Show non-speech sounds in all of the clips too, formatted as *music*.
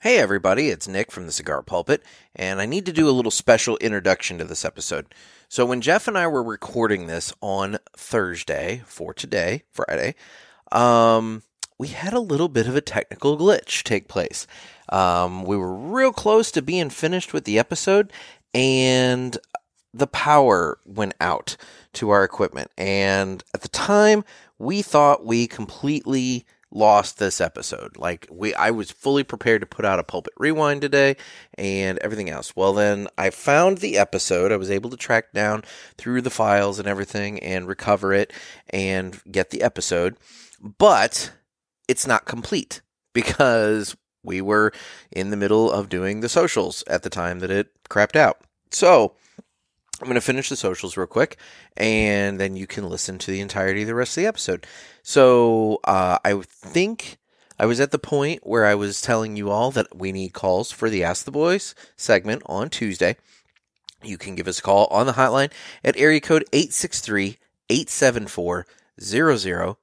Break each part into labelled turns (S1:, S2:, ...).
S1: Hey, everybody, it's Nick from the Cigar Pulpit, and I need to do a little special introduction to this episode. So, when Jeff and I were recording this on Thursday for today, Friday, um, we had a little bit of a technical glitch take place. Um, we were real close to being finished with the episode, and the power went out to our equipment. And at the time, we thought we completely lost this episode. Like we I was fully prepared to put out a pulpit rewind today and everything else. Well then I found the episode. I was able to track down through the files and everything and recover it and get the episode. But it's not complete because we were in the middle of doing the socials at the time that it crapped out. So I'm going to finish the socials real quick, and then you can listen to the entirety of the rest of the episode. So uh, I think I was at the point where I was telling you all that we need calls for the Ask the Boys segment on Tuesday. You can give us a call on the hotline at area code 863 874 0000.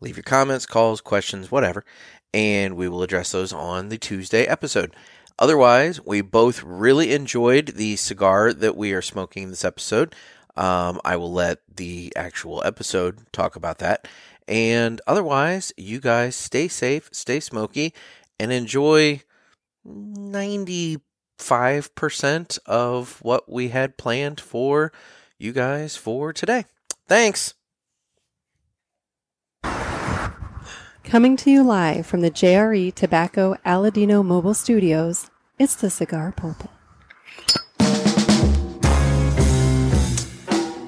S1: Leave your comments, calls, questions, whatever, and we will address those on the Tuesday episode. Otherwise, we both really enjoyed the cigar that we are smoking this episode. Um, I will let the actual episode talk about that. And otherwise, you guys stay safe, stay smoky, and enjoy 95% of what we had planned for you guys for today. Thanks.
S2: Coming to you live from the JRE Tobacco Aladino Mobile Studios, it's the Cigar Pulpit.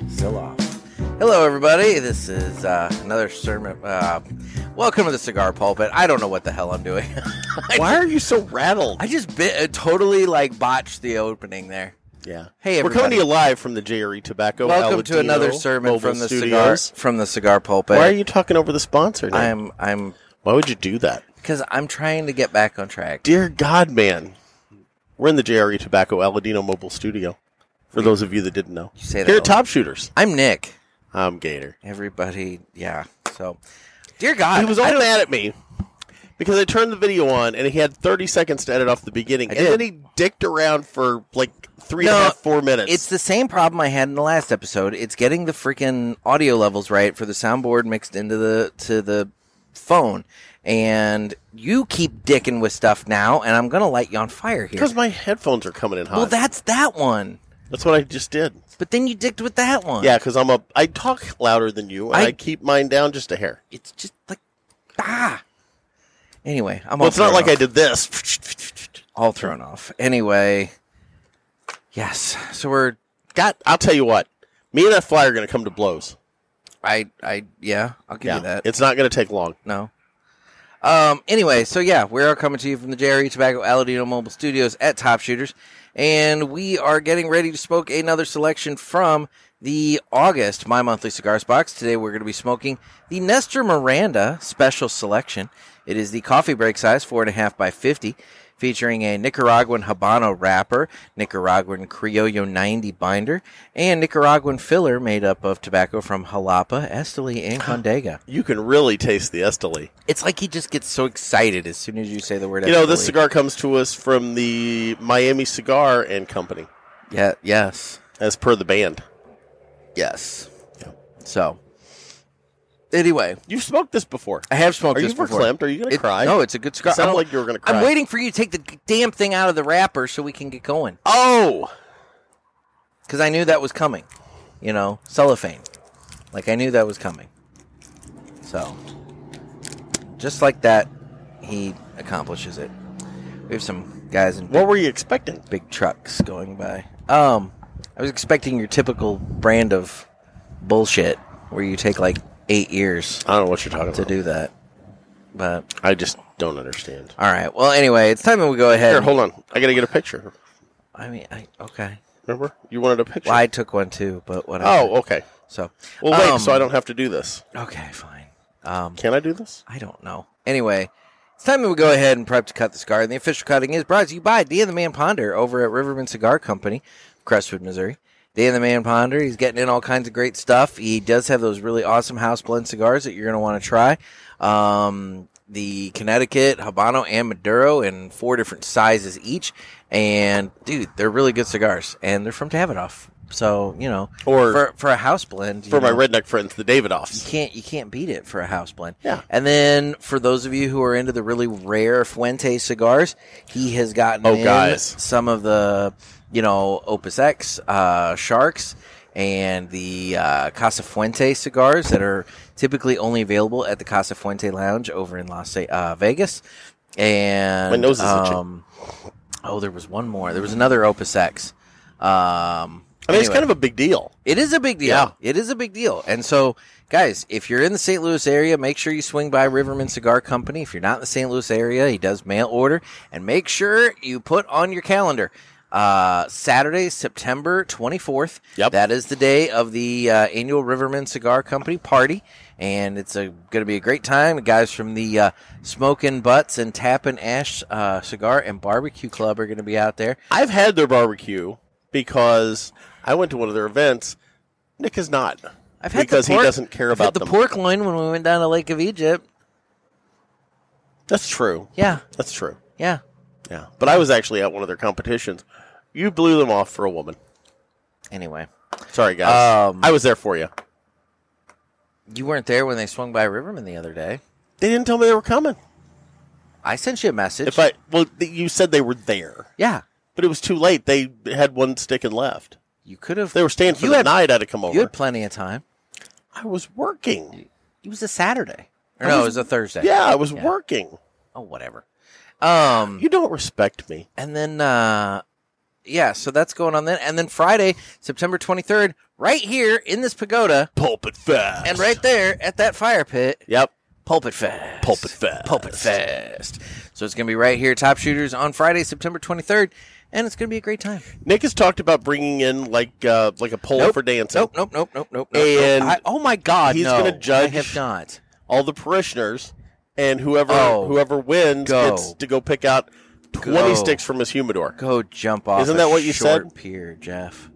S1: Still off. Hello, everybody. This is uh, another sermon. Uh, welcome to the Cigar Pulpit. I don't know what the hell I'm doing. *laughs* I
S3: *laughs* Why are you so rattled?
S1: I just bit, uh, totally like botched the opening there.
S3: yeah.
S1: Hey,
S3: We're coming
S1: everybody.
S3: to you live from the JRE Tobacco.
S1: Welcome to
S3: Aladino
S1: another sermon
S3: Mobile
S1: from the
S3: Studios.
S1: cigar from the cigar pulpit.
S3: Why are you talking over the sponsor? Now?
S1: I'm I'm
S3: Why would you do that?
S1: because I'm trying to get back on track.
S3: Dear God, man. We're in the JRE Tobacco Aladino Mobile Studio. For those of you that didn't know,
S1: You say that
S3: here
S1: a
S3: at Top Shooters,
S1: I'm Nick.
S3: I'm Gator.
S1: Everybody, yeah. So, dear God,
S3: He was all mad at me because I turned the video on and he had 30 seconds to edit off the beginning,
S1: I
S3: and
S1: did.
S3: then he dicked around for like three and a
S1: No,
S3: half, four minutes.
S1: It's the same problem I had in the last episode. It's getting the freaking audio levels right for the soundboard mixed into the to the phone. And you keep dicking with stuff now, and I'm gonna light you on fire here.
S3: because my headphones are coming in hot.
S1: Well, that's that one.
S3: That's what I just did.
S1: But then you dicked with that one.
S3: Yeah, because I'm a I talk louder than you, and
S1: I-
S3: I, keep mine down just a hair.
S1: it's just like ah. Anyway, I'm
S3: Well,
S1: all
S3: it's not
S1: thrown
S3: like I
S1: off.
S3: did this.
S1: all thrown off. Anyway, yes. So we're
S3: God, I'll tell you what. Me and that fly are going to come to blows.
S1: I I yeah. I'll give
S3: Yeah,
S1: you that.
S3: it's not going to take long.
S1: No. Um. Anyway, so yeah, we are coming to you from the Jerry Tobacco Aladino Mobile Studios at Top Shooters, and we are getting ready to smoke another selection from the August My Monthly Cigars box. Today we're going to be smoking the Nestor Miranda Special Selection. It is the coffee break size, four and a half by fifty, featuring a Nicaraguan Habano wrapper, Nicaraguan Criollo 90 binder, and Nicaraguan filler made up of tobacco from Jalapa, Esteli, and Condega.
S3: You can really taste the Esteli.
S1: It's like he just gets so excited as soon as you say the word. E.
S3: You know, this
S1: escalate.
S3: cigar comes to us from the Miami Cigar and Company,
S1: Yeah. Yes.
S3: as per the band.
S1: Yes.
S3: Yeah.
S1: So. Anyway,
S3: You've smoked this before.
S1: I have smoked
S3: Are you
S1: this before.
S3: verklempt? Are you going to
S1: It-
S3: cry?
S1: No, it's a good cigar.
S3: It sounded
S1: I'm-
S3: like you were going to cry.
S1: I'm waiting for you to take the g- damn thing out of the wrapper so we can get going.
S3: Oh,
S1: Because I knew that was coming. You know, cellophane. Like I knew that was coming. So, just like that, he accomplishes it. We have some guys in
S3: what were you expecting?
S1: big trucks going by. Um, I was expecting your typical brand of bullshit where you take like eight years
S3: I don't know what you're talking
S1: to
S3: about.
S1: do that. But
S3: I just don't understand.
S1: all right. Well, anyway, it's time that we go ahead.
S3: Here, hold on. I got to get a picture.
S1: I mean, I, okay.
S3: Remember, you wanted a picture.
S1: Well, I took one too, but whatever.
S3: Oh, okay.
S1: so
S3: Well, wait,
S1: um,
S3: so I don't have to do this.
S1: Okay, fine. Um,
S3: Can I do this?
S1: I don't know. Anyway, it's time that we go ahead and prep to cut the cigar. And the official cutting is brought to you by Dan the Man Ponder over at Riverman Cigar Company, Crestwood, Missouri. Dan the Man Ponder, he's getting in all kinds of great stuff. He does have those really awesome house blend cigars that you're going to want to try. Um, the Connecticut, Habano, and Maduro in four different sizes each. And dude, they're really good cigars, and they're from Davidoff. So you know,
S3: Or-
S1: for, for a house blend, you
S3: For my
S1: know,
S3: redneck friends, the
S1: you
S3: Davidoffs.
S1: can't you can't beat it for a house blend.
S3: Yeah.
S1: And then for those of you who are into the really rare Fuente cigars, he has gotten
S3: Oh,
S1: in
S3: guys.
S1: some of the you know Opus X uh, sharks and the uh, Casa Fuente cigars that are typically only available at the Casa Fuente Lounge over in Las uh, Vegas. And
S3: My nose is itching.
S1: um, oh, there was one more. There was another Opus X. Um,
S3: I mean, it's
S1: anyway.
S3: kind of a big deal.
S1: It is a big deal.
S3: Yeah.
S1: It is a big deal. And so, guys, if you're in the St. Louis area, make sure you swing by Riverman Cigar Company. If you're not in the St. Louis area, he does mail order. And make sure you put on your calendar uh, Saturday, September 24th.
S3: Yep.
S1: That is the day of the uh, annual Riverman Cigar Company party. And it's going to be a great time. The guys from the uh, Smoking Butts and Tappin' Ash uh, Cigar and Barbecue Club are going to be out there.
S3: I've had their barbecue because I went to one of their events. Nick is not.
S1: I've had
S3: because
S1: the pork,
S3: he doesn't care
S1: I've had
S3: about
S1: the
S3: them.
S1: pork loin when we went down to Lake of Egypt.
S3: That's true.
S1: Yeah,
S3: That's true.
S1: yeah.
S3: Yeah. But I was actually at one of their competitions. You blew them off for a woman.
S1: Anyway,
S3: Sorry, guys.
S1: Um,
S3: I was there for you.
S1: you weren't there when they swung by Riverman the other day.
S3: They didn't tell me they were coming.
S1: I sent you a message.
S3: If I well, th- you said they were there,
S1: yeah,
S3: but it was too late. They had one stick and left.
S1: you could have.
S3: They were staying for
S1: you
S3: the
S1: had,
S3: night. I had to come
S1: You
S3: over.
S1: had plenty of time.
S3: I was working.
S1: It was a Saturday. Or no, it was a Thursday.
S3: Yeah, I was working.
S1: Oh, whatever. Um,
S3: You don't respect me.
S1: and then uh, yeah, so that's going on then. And then Friday, September twenty third, right here in this pagoda,
S3: Pulpit fast.
S1: and right there at that fire pit,
S3: Yep.
S1: Pulpit Fest.
S3: Pulpit Fest.
S1: Pulpit Fest. So it's going to be right here, Top Shooters, on Friday, September 23rd, and it's going to be a great time.
S3: Nick has talked about bringing in like uh, like a pole
S1: Nope.
S3: for dancing.
S1: Nope, nope, nope, nope, nope. nope,
S3: And
S1: nope. I, oh my God,
S3: he's
S1: no,
S3: gonna judge-
S1: I have not.
S3: All the parishioners and whoever
S1: Oh.
S3: whoever wins
S1: Go.
S3: gets to go pick out twenty
S1: Go.
S3: sticks from his humidor.
S1: Go jump off.
S3: Isn't
S1: a
S3: that what you
S1: short
S3: said?
S1: Pier, Jeff.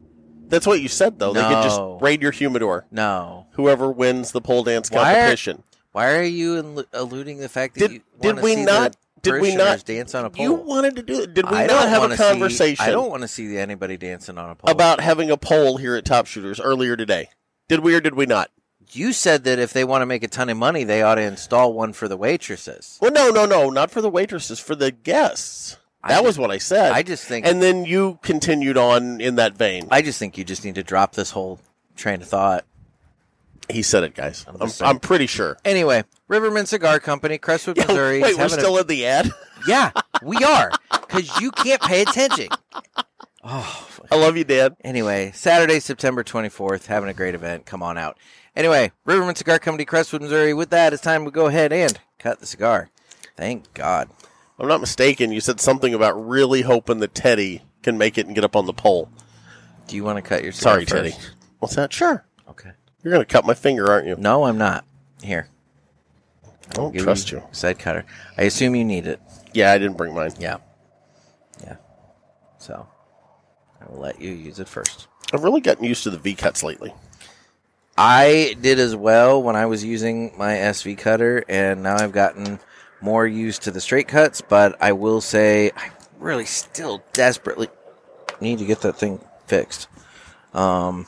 S3: That's what you said though. They could just
S1: No.
S3: raid your humidor.
S1: No.
S3: Whoever wins the pole dance
S1: Why are-
S3: competition.
S1: Why are you allu- alluding the fact that
S3: Did-
S1: you
S3: did
S1: wanna
S3: we
S1: see
S3: not-
S1: The
S3: did we not-
S1: parishioners dance on a pole?
S3: You wanted to do it. Did we
S1: I
S3: not
S1: don't
S3: have
S1: wanna
S3: a
S1: see-
S3: conversation
S1: I don't want to see anybody dancing on a pole.
S3: about having a poll here at Top Shooters earlier today? Did we or did we not?
S1: you said that if they want to make a ton of money, they ought to install one for the waitresses.
S3: Well, no, no, no, not for the waitresses, for the guests.
S1: I
S3: That
S1: ju-
S3: was what I said.
S1: I just think
S3: and then you continued on in that vein.
S1: I just think you just need to drop this whole train of thought.
S3: he said it, guys. I'm,
S1: just saying.
S3: I'm pretty sure.
S1: Anyway, Riverman Cigar Company,
S3: *laughs*
S1: Crestwood, Missouri. is
S3: Wait, we're
S1: having a-
S3: still in the ad.
S1: yeah, we are because you can't pay attention. Oh, f-
S3: I love you, Dad.
S1: anyway, Saturday, September 24th, having a great event. Come on out. Anyway, Riverman Cigar Company, Crestwood, Missouri. With that, it's time to go ahead and cut the cigar. Thank God.
S3: If I'm not mistaken. You said something about really hoping that Teddy can make it and get up on the pole.
S1: Do you want to cut your cigar
S3: Sorry,
S1: first?
S3: Teddy. What's that? Sure.
S1: Okay.
S3: You're going to cut my finger, aren't you?
S1: No, I'm not. Here.
S3: I don't
S1: give
S3: trust you.
S1: Side cutter. I assume you need it.
S3: Yeah, I didn't bring mine.
S1: Yeah. Yeah. So I will let you use it first.
S3: I've really gotten used to the V cuts lately.
S1: I did as well when I was using my SV cutter, and now I've gotten more used to the straight cuts, but I will say I really still desperately need to get that thing fixed. Um,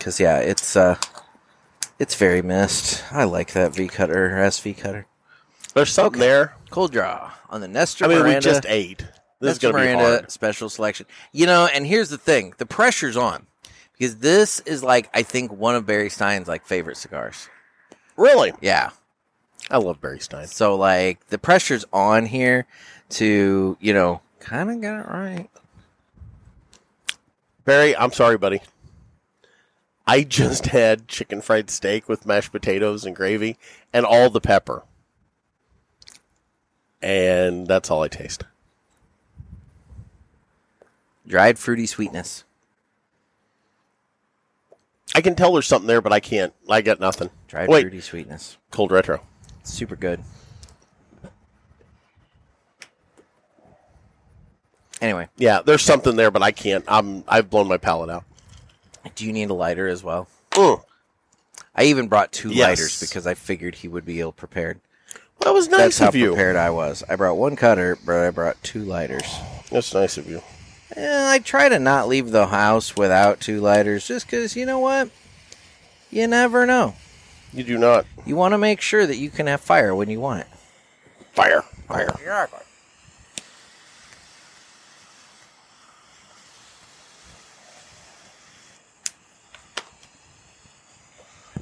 S1: cause yeah, it's, uh, it's very missed. I like that V cutter, or SV cutter.
S3: There's something there.
S1: Cold draw on the Nestor
S3: I mean,
S1: Miranda.
S3: we just ate. This
S1: That's
S3: is going to be
S1: Miranda
S3: hard.
S1: special selection. You know, and here's the thing: the pressure's on because this is like I think one of Barry Stein's like favorite cigars.
S3: Really?
S1: Yeah,
S3: I love Barry Stein.
S1: so like the pressure's on here to you know kind of get it right.
S3: Barry, I'm sorry, buddy. I just had chicken fried steak with mashed potatoes and gravy and all the pepper. And that's all I taste.
S1: Dried fruity sweetness.
S3: I can tell there's something there, but I can't. I got nothing.
S1: Dried
S3: Wait,
S1: fruity sweetness.
S3: cold retro.
S1: Super good. Anyway,
S3: Yeah, there's something there, but I can't. I'm I've blown my palate out.
S1: do you need a lighter as well?
S3: Mm.
S1: I even brought two
S3: Yes.
S1: lighters because I figured he would be ill prepared.
S3: Well, That was
S1: That's
S3: nice
S1: how
S3: of you.
S1: prepared I was. I brought one cutter, but I brought two lighters.
S3: That's nice of you.
S1: Eh, I try to not leave the house without two lighters just because, you know what? You never know.
S3: You do not
S1: You want to make sure that you can have fire when you want it.
S3: fire, fire.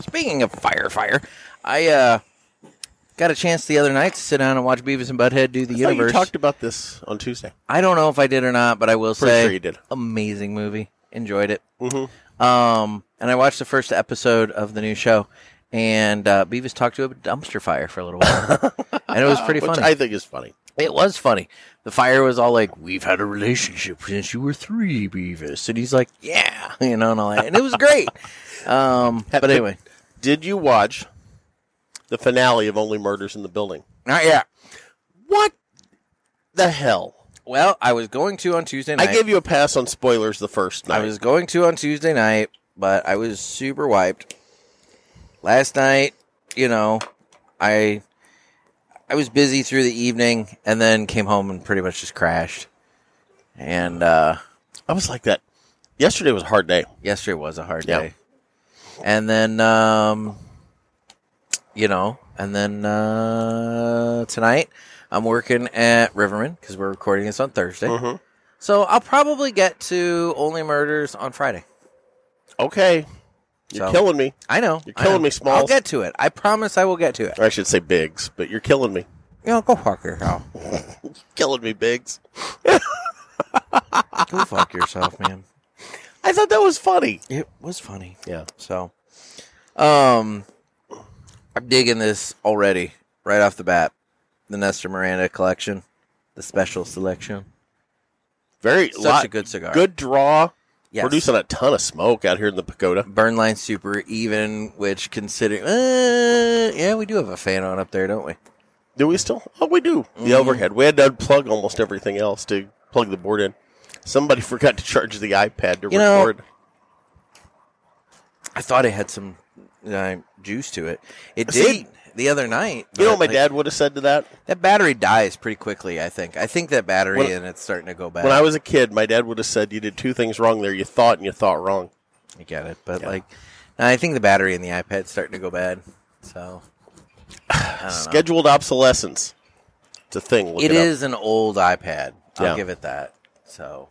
S1: Speaking of fire, fire, I uh, got a chance the other night to sit down and watch Beavis and Butthead do the
S3: I thought you
S1: universe.
S3: talked about this on Tuesday.
S1: I don't know if I did or not, but I will
S3: Pretty
S1: say
S3: sure you did.
S1: amazing movie. Enjoyed it.
S3: Mhm.
S1: Um, and I watched the first episode of the new show, and uh, Beavis talked to a dumpster fire for a little while,
S3: *laughs*
S1: and it was pretty
S3: Which
S1: funny.
S3: I think is funny.
S1: It was funny. The fire was all like, "We've had a relationship since you were three, Beavis," and he's like, "Yeah," *laughs* you know, and all that, and it was great. Um, but anyway,
S3: Did you watch the finale of Only Murders in the Building?
S1: not yet.
S3: What the hell?
S1: Well, I was going to on Tuesday night.
S3: I gave you a pass on spoilers the first night.
S1: I was going to on Tuesday night, but I was super wiped. Last night, you know, I I was busy through the evening and then came home and pretty much just crashed. And uh
S3: I was like that. Yesterday was a hard day.
S1: yesterday was a hard
S3: Yeah.
S1: day. And then um you know, and then uh tonight I'm working at Riverman because we're recording this on Thursday.
S3: Mhm.
S1: So I'll probably get to Only Murders on Friday.
S3: Okay. You're
S1: So-
S3: killing me.
S1: I know.
S3: You're
S1: I
S3: killing
S1: know.
S3: me, Smalls.
S1: I'll get to it. I promise I will get *laughs* to it.
S3: Or I should say Biggs, but you're killing me.
S1: You know, go fuck yourself.
S3: Killing me, Biggs.
S1: go *laughs* fuck yourself, man.
S3: I thought that was funny.
S1: It was funny.
S3: Yeah.
S1: So, um, I'm digging this already right off the bat. The Nestor Miranda collection, the special selection.
S3: Very
S1: Such
S3: lot,
S1: a good cigar.
S3: Good draw.
S1: Yes.
S3: Producing a ton of smoke out here in the pagoda.
S1: Burn Line Super Even, which considering, uh, yeah, we do have a fan on up there, don't we?
S3: Do we still? Oh, we do.
S1: Mm-hmm.
S3: The overhead. We had to unplug almost everything else to plug the board in. Somebody *laughs* forgot to charge the iPad to
S1: You know-
S3: record.
S1: I thought it had some uh, juice to it. It
S3: See-
S1: did the other night.
S3: you
S1: but,
S3: know what my
S1: like,
S3: dad would have said to that?
S1: That battery dies pretty quickly, I think. I think that battery
S3: When-
S1: and it's starting to go bad.
S3: When I was a kid, my dad would have said, You did two things wrong there. You thought and you thought wrong.
S1: I get it, but
S3: Yeah.
S1: like, I think the battery in the iPad's starting to go bad. So
S3: Scheduled obsolescence. It's a thing. Look
S1: it
S3: up.
S1: is an old iPad. I'll
S3: Yeah.
S1: give it that. So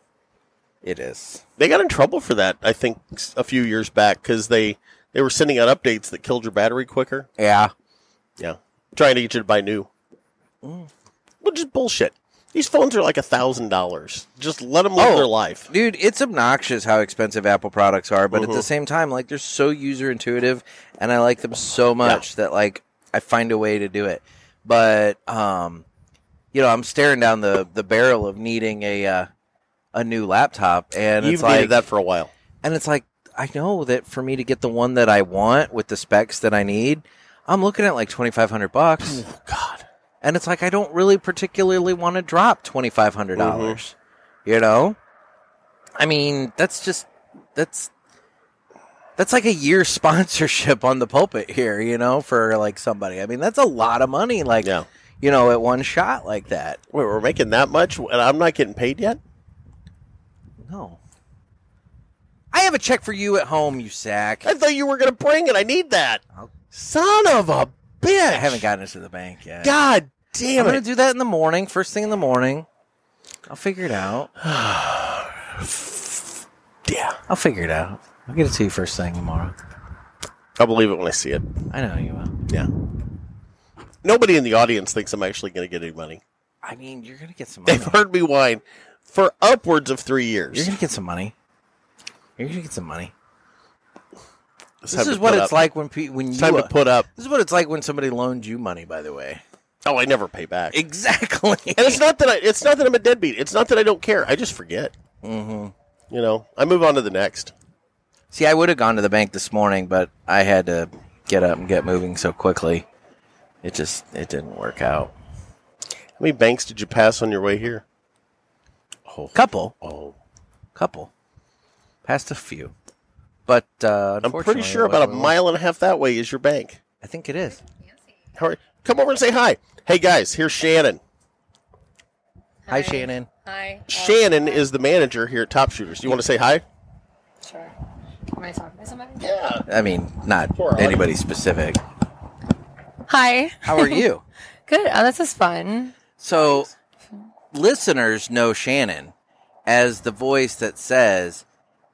S1: it is.
S3: They got in trouble for that, I think, s- a few years back because they, they were sending out updates that killed your battery quicker.
S1: Yeah. Mm.
S3: Yeah. Trying to get you to buy new. Which is bullshit. These phones are like a $1,000. Just let them live
S1: Oh.
S3: their life.
S1: Dude, it's obnoxious how expensive Apple products are, but at the
S3: Mhm.
S1: same time, like they're so user intuitive and I like them so much that like I find a way to do it. But um you know, I'm staring down the the barrel of needing a uh, a new laptop and
S3: You've
S1: it's like
S3: needed that for a while.
S1: And it's like, I know that for me to get the one that I want with the specs that I need, I'm looking at like 2500 bucks.
S3: Oh, God.
S1: And it's like, I don't really particularly want to drop $2,500. dollars
S3: Mm-hmm.
S1: You know? I mean, that's just, that's, that's like a year *laughs* sponsorship on the pulpit here, you know, for like somebody. I mean, that's a lot of money, like,
S3: Yeah.
S1: you know, at one shot like that.
S3: Wait, we're making that much and I'm not getting paid yet?
S1: No. I have a check for you at home, you sack.
S3: I thought you were going to bring it. I need that.
S1: I'll-
S3: Son of a bitch.
S1: Oh. I haven't gotten it to the bank yet.
S3: God damn
S1: I'm gonna
S3: it.
S1: do that in the morning, first thing in the morning. I'll figure it out.
S3: Yeah.
S1: I'll figure it out. I'll get it to you first thing tomorrow.
S3: I believe it when I see it.
S1: I know you will.
S3: Yeah. Nobody in the audience thinks I'm actually going to get any money. *laughs*
S1: I mean, you're gonna get some money.
S3: They've heard me whine for upwards of three
S1: You're
S3: years.
S1: gonna get some money. You're gonna get some money. This
S3: It's time
S1: is
S3: to
S1: what
S3: put
S1: it's
S3: up.
S1: like when pe- when you.
S3: It's time to
S1: uh,
S3: put up.
S1: this is what it's like when somebody loaned you money. By the way, *laughs*
S3: Oh, I never pay back.
S1: exactly. *laughs*
S3: and it's not that I. It's not that I'm a deadbeat. It's not that I don't care. I just forget. Mm-hmm. You know, I move on to the next.
S1: See, I would have gone to the bank this morning, but I had to get up and get moving so quickly. It just it didn't work out.
S3: How many banks did you pass on your way here? Oh,
S1: Couple,
S3: oh.
S1: couple, passed a few, but uh,
S3: I'm
S1: unfortunately,
S3: pretty
S1: it
S3: sure about a
S1: wasn't-
S3: mile and a half that way is your bank.
S1: I think it is.
S3: How are, Come over and say hi. Hey guys, here's Shannon.
S1: Hi, Shannon.
S4: Hi. Uh,
S3: Shannon is the manager here at Top Shooters. You want to say hi?
S4: Sure. Am I talking to somebody?
S3: Yeah.
S1: I mean, not
S3: Sure, Alex.
S1: anybody specific.
S4: Hi.
S1: How are you?
S4: Good. Oh, this is fun.
S1: So, listeners know Shannon as the voice that says,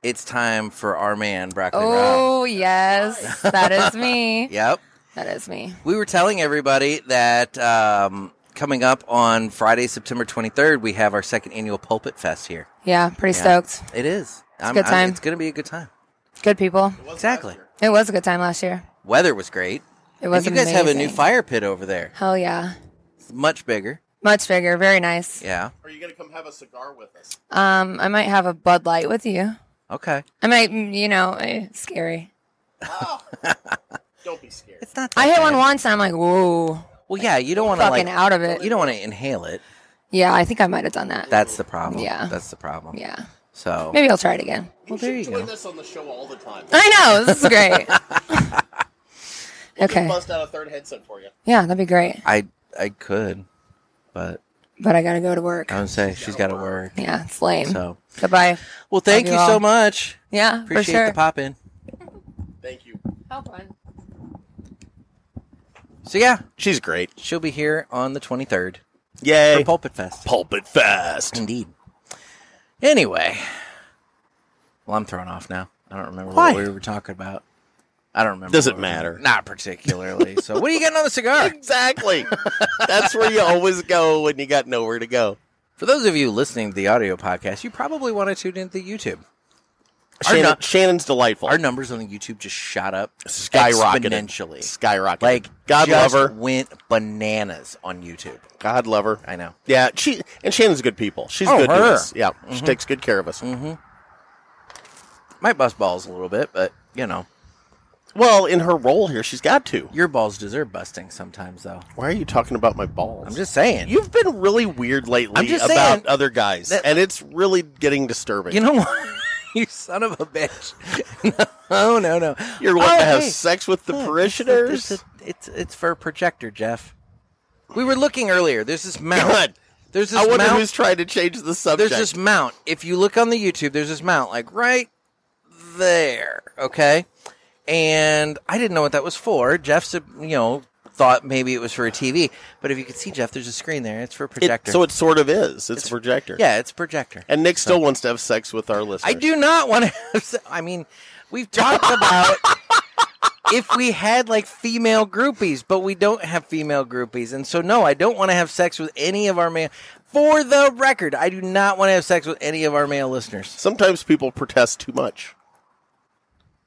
S1: "It's time for our man Broccoli Rob."
S4: Oh, yes. *laughs* That
S1: *laughs*
S4: is me.
S1: Yep.
S4: That is me.
S1: We were telling everybody that um, coming up on Friday, September 23rd, we have our second annual Pulpit Fest here.
S4: Yeah, pretty
S1: Yeah.
S4: stoked.
S1: It is. I'm-
S4: good
S1: I'm-
S4: time.
S1: it's going to be a good time.
S4: Good people.
S1: Exactly.
S4: It was a good time last year.
S1: Weather was great.
S4: It was
S1: and you guys have a new
S4: amazing.
S1: fire pit over there.
S4: Hell yeah.
S1: It's much bigger.
S4: Much bigger. Very nice.
S1: Yeah.
S3: Are you going to come have a cigar with us?
S4: Um, I might have a Bud Light with you.
S1: Okay.
S4: I might, mm, you know, eh, scary.
S3: Don't be scared.
S1: It's not.
S4: I
S1: that
S4: hit one
S1: bad.
S4: once and I'm like, whoa,
S1: Well, yeah. You don't want to
S4: fucking
S1: like.
S4: out of it.
S1: You don't want to inhale it.
S4: Yeah, I think I might have done that.
S1: That's the problem.
S4: Yeah.
S1: That's the problem.
S4: yeah.
S1: So.
S4: Maybe I'll try it again.
S1: Well, there you go.
S3: us on the show all the time.
S4: I know. This
S1: *laughs*
S4: is great. okay.
S3: out a third headset for you.
S4: Yeah, that'd be great.
S1: I I could, but
S4: But I got to go to work.
S1: I would say she's got to work.
S4: Yeah, it's lame.
S1: So.
S4: Goodbye.
S1: Well, thank
S4: you
S1: you so
S4: all.
S1: much.
S4: Yeah,
S1: Appreciate
S4: for sure.
S1: the pop in.
S3: Thank you.
S4: How fun.
S1: So yeah,
S3: She's great.
S1: she'll be here on the 23rd
S3: Yay.
S1: for Pulpit Fest.
S3: Pulpit fast.
S1: Indeed. Anyway, well, I'm thrown off now. I don't remember
S3: Why?
S1: what we were talking about. I don't remember.
S3: Does it
S1: what we were-
S3: matter?
S1: Not particularly. So, what are you getting on the
S3: *laughs*
S1: cigar?
S3: Exactly. That's where you always go when you got nowhere to go.
S1: For those of you listening to the audio podcast, you probably want to tune into YouTube. Our
S3: Shannon,
S1: nu-
S3: Shannon's delightful.
S1: Our numbers on YouTube just shot up
S3: skyrocketed.
S1: exponentially.
S3: Skyrocketed.
S1: Like
S3: God
S1: just
S3: love her.
S1: Went bananas on YouTube.
S3: God love her.
S1: I know.
S3: Yeah, she and Shannon's good people. She's
S1: Oh,
S3: good to
S1: her. Mm-hmm.
S3: us. Yeah, she takes good care of us.
S1: Might bust balls a little bit, but you know,
S3: Well, in her role here, she's got to.
S1: your balls deserve busting sometimes, though.
S3: Why are you talking about my balls?
S1: I'm just saying.
S3: You've been really weird lately
S1: I'm just
S3: about
S1: saying
S3: other guys,
S1: that-
S3: and it's really getting disturbing.
S1: You know what? *laughs* you son of a bitch. *laughs* no, no, no.
S3: You're wanting to have
S1: oh, hey.
S3: sex with the
S1: Look, It's,
S3: parishioners.
S1: it's, it's, it's for a projector, Jeff. We were looking earlier. There's this mount.
S3: God,
S1: There's this
S3: I wonder
S1: mount.
S3: who's trying to change the subject.
S1: there's this mount. If you look on the YouTube, there's this mount, like right there. Okay, and I didn't know what that was for. Jeff's, you know, thought maybe it was for a TV, but if you could see Jeff, there's a screen there. It's for a
S3: It-
S1: projector.
S3: so it sort of is. It's, a projector.
S1: yeah, it's a projector.
S3: And Nick still wants to have sex with our listeners.
S1: I do not want to. Have, se- I mean, we've
S3: *laughs*
S1: talked about if we had like female groupies, but we don't have female groupies, and so no, I don't want to have sex with any of our male. For the record, I do not want to have sex with any of our male listeners.
S3: Sometimes people protest too much.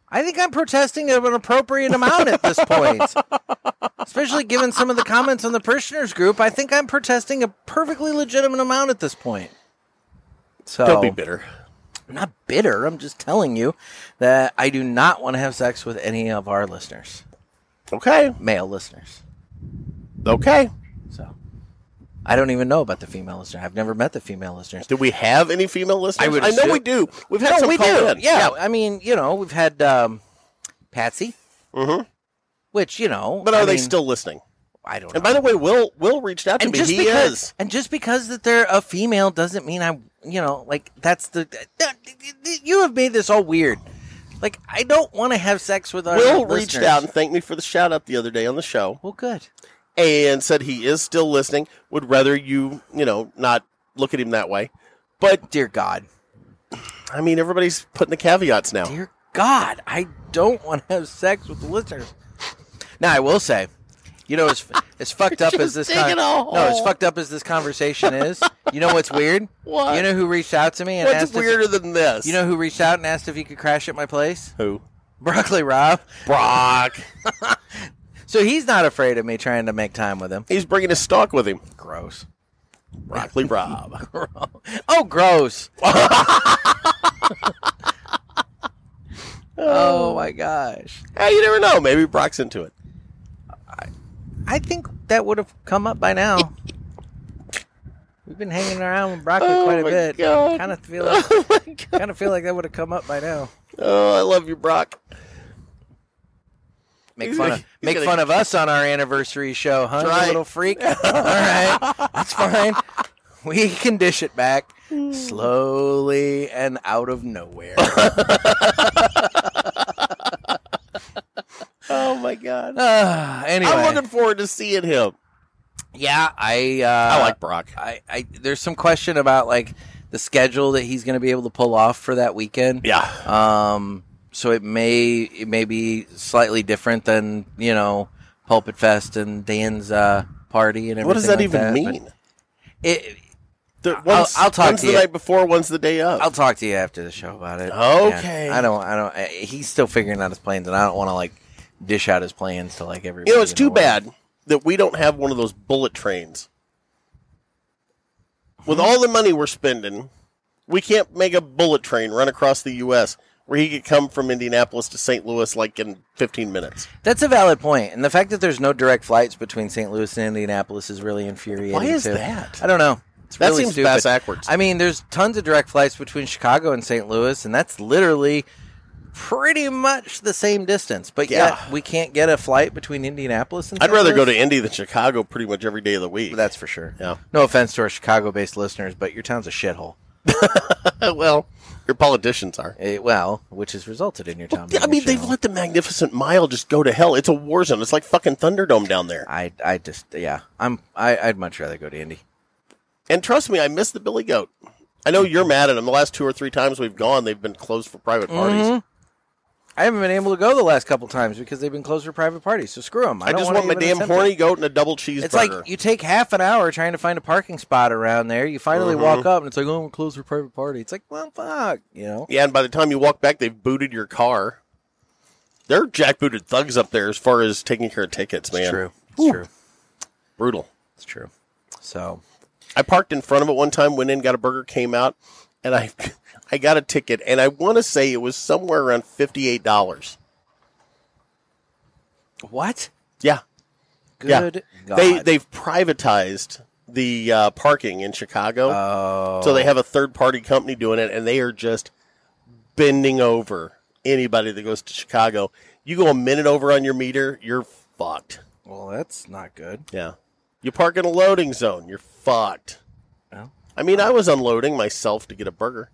S1: I think I'm protesting of an appropriate amount at this point,
S3: *laughs*
S1: especially given some of the comments on the parishioners group. I think I'm protesting a perfectly legitimate amount at this point. So
S3: Don't be bitter.
S1: I'm not bitter. I'm just telling you that I do not want to have sex with any of our listeners,
S3: Okay.
S1: male listeners.
S3: Okay.
S1: So I don't even know about the female listener. I've never met the female listeners.
S3: Do we have any female listeners?
S1: I would
S3: know
S1: assume-
S3: we do. We've had some
S1: we
S3: call
S1: do.
S3: in.
S1: Yeah. I mean, you know, we've had um, Patsy,
S3: Mhm.
S1: which you know,
S3: But are
S1: I
S3: they
S1: mean,
S3: still listening?
S1: I don't.
S3: And
S1: know.
S3: by the way, Will Will reached out to
S1: and
S3: me.
S1: just
S3: he
S1: because,
S3: is.
S1: and just because that they're a female doesn't mean I, you know, like that's the. that- you have made this all weird. Like I don't want to have sex with our
S3: Will
S1: listeners.
S3: reached out and thanked me for the shout out the other day on the show
S1: Well, good.
S3: and said he is still listening. Would rather you, you know, not look at him that way. But
S1: Dear God.
S3: I mean, everybody's putting the caveats now.
S1: Dear God, I don't want to have sex with the listeners. Now I will say, you know,
S3: *laughs*
S1: as as fucked up as
S3: Just
S1: this
S3: digging
S1: con-
S3: a
S1: no, as
S3: hole.
S1: fucked up as this conversation is, you know what's weird?
S3: *laughs* What?
S1: You know who reached out to me and
S3: What's
S1: asked?
S3: weirder than
S1: If,
S3: this?
S1: you know who reached out and asked if he could crash at my place?
S3: who?
S1: Broccoli Rob.
S3: Brock.
S1: So he's not afraid of me trying to make time with him.
S3: He's bringing his stock with him.
S1: Gross.
S3: Broccoli Rob.
S1: *laughs* Oh,
S3: *laughs*
S1: gross. oh my gosh.
S3: hey, you never know. Maybe Brock's into it. *laughs*
S1: I think that would have come up by now. We've been hanging around with broccoli
S3: Oh
S1: quite a
S3: my
S1: bit.
S3: God.
S1: Kind of feel like,
S3: Oh
S1: kind of feel like that would have come up by now.
S3: Oh, I love you, Brock.
S1: Make
S3: He's
S1: fun
S3: like-
S1: of
S3: he's
S1: make
S3: gonna-
S1: fun of us on our anniversary show, huh? you
S3: right.
S1: Little
S3: *laughs*
S1: freak. All right, that's fine. We can dish it back
S3: Hmm.
S1: slowly and out of
S3: *sighs*
S1: nowhere. *sighs*
S3: Oh my god!
S1: Ah, anyway,
S3: I'm looking forward to seeing him.
S1: yeah, I uh,
S3: I like Brock.
S1: I, I there's some question about like the schedule that he's going to be able to pull off for that weekend.
S3: Yeah,
S1: Um, so it may it may be slightly different than you know Pulpit Fest and Dan's uh, party and everything.
S3: what does that
S1: like
S3: even
S1: but
S3: mean?
S1: It,
S3: The- one's-
S1: I'll talk
S3: one's
S1: to
S3: the
S1: you.
S3: night before, one's the day of.
S1: I'll talk to you after the show about it.
S3: Okay.
S1: Yeah. I don't. I don't. I, he's still figuring out his plans, and I don't want to like dish out his plans to like everybody.
S3: you know, it's too
S1: what?
S3: bad that we don't have one of those bullet trains. With
S1: Hmm.
S3: all the money we're spending, we can't make a bullet train run across the U.S. where he could come from Indianapolis to St. Louis like in 15 minutes.
S1: That's a valid point, and the fact that there's no direct flights between St. Louis and Indianapolis is really infuriating.
S3: Why is
S1: too.
S3: that?
S1: I don't know. It's
S3: That
S1: really
S3: seems
S1: stupid.
S3: bass backwards.
S1: I mean, there's tons of direct flights between Chicago and St. Louis, and that's literally pretty much the same distance. But
S3: Yeah.
S1: yet, we can't get a flight between Indianapolis and.
S3: I'd
S1: St.
S3: rather go to
S1: Louis.
S3: Indy than Chicago pretty much every day of the week.
S1: That's for sure.
S3: Yeah.
S1: No offense to our Chicago-based listeners, but your town's a shithole.
S3: Uh, well, your politicians are.
S1: Eh, well, which has resulted in your town.
S3: Yeah, I
S1: being a
S3: mean, they've
S1: shithole.
S3: let the Magnificent Mile just go to hell. It's a war zone. It's like fucking Thunderdome down there.
S1: I, I just, yeah, I'm. I, I'd much rather go to Indy.
S3: And trust me, I miss the Billy Goat. I know you're mad at him. The last two or three times we've gone, they've been closed for private
S1: Mm-hmm.
S3: parties.
S1: I haven't been able to go the last couple times because they've been closed for private parties. So screw them. I,
S3: I,
S1: don't
S3: just
S1: wanna
S3: want my
S1: even
S3: damn
S1: attempt it.
S3: horny goat and a double cheeseburger.
S1: It's like you take half an hour trying to find a parking spot around there. You finally
S3: Mm-hmm.
S1: walk up and it's like, oh, we're closed for private party. It's like, well, fuck, you know.
S3: yeah, and by the time you walk back, they've booted your car. They're jackbooted thugs up there as far as taking care of tickets, man.
S1: It's true. It's true.
S3: Brutal.
S1: It's true. So
S3: I parked in front of it one time, went in, got a burger, came out, and I *laughs* I got a ticket, and I want to say it was somewhere around fifty eight dollars.
S1: what?
S3: Yeah,
S1: Good
S3: yeah.
S1: God.
S3: They they've privatized the uh, parking in Chicago,
S1: Oh,
S3: so they have a third party company doing it, and they are just bending over anybody that goes to Chicago. You go a minute over on your meter, you're fucked.
S1: well, that's not good.
S3: Yeah, you park in a loading zone, you're fucked.
S1: Well.
S3: I mean, I was unloading myself to get a burger.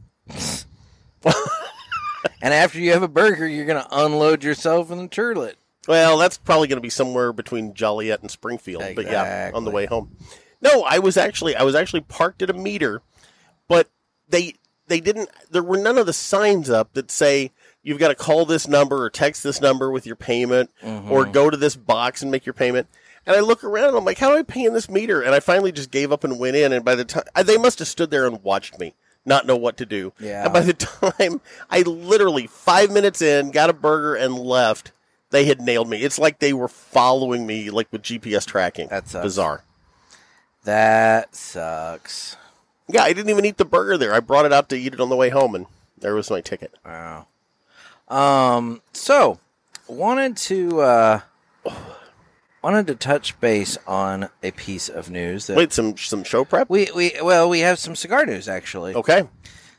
S1: And after you have a burger, you're gonna unload yourself in the turlet.
S3: Well, that's probably going to be somewhere between Joliet and Springfield, but yeah, on the
S1: Exactly.
S3: way home. No, I was actually I was actually parked at a meter, but they they didn't there were none of the signs up that say you've got to call this number or text this number with your payment or go to this box and make your payment. And I look around, I'm like, how do I pay in this meter? And I finally just gave up and went in. And by the time they must have stood there and watched me, not know what to do.
S1: Yeah.
S3: And by the *laughs* time I literally five minutes in, got a burger and left, they had nailed me. It's like they were following me, like with GPS tracking.
S1: That sucks.
S3: bizarre.
S1: That sucks.
S3: Yeah, I didn't even eat the burger there. I brought it out to eat it on the way home, and there was my ticket.
S1: Wow. Um. So, wanted to uh, wanted to touch base on a piece of news that
S3: Wait, some some show prep.
S1: we we well we have some cigar news actually.
S3: Okay,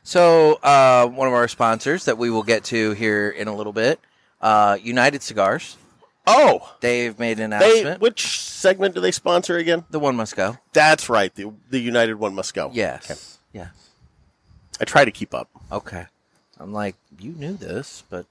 S1: So, uh, one of our sponsors that we will get to here in a little bit, uh, United Cigars.
S3: Oh,
S1: They've made an
S3: they
S1: announcement.
S3: which segment do they sponsor again?
S1: the one must go.
S3: That's right. The the United one must go.
S1: Yes. Yes.
S3: I try to keep up.
S1: Okay. I'm like, you knew this, but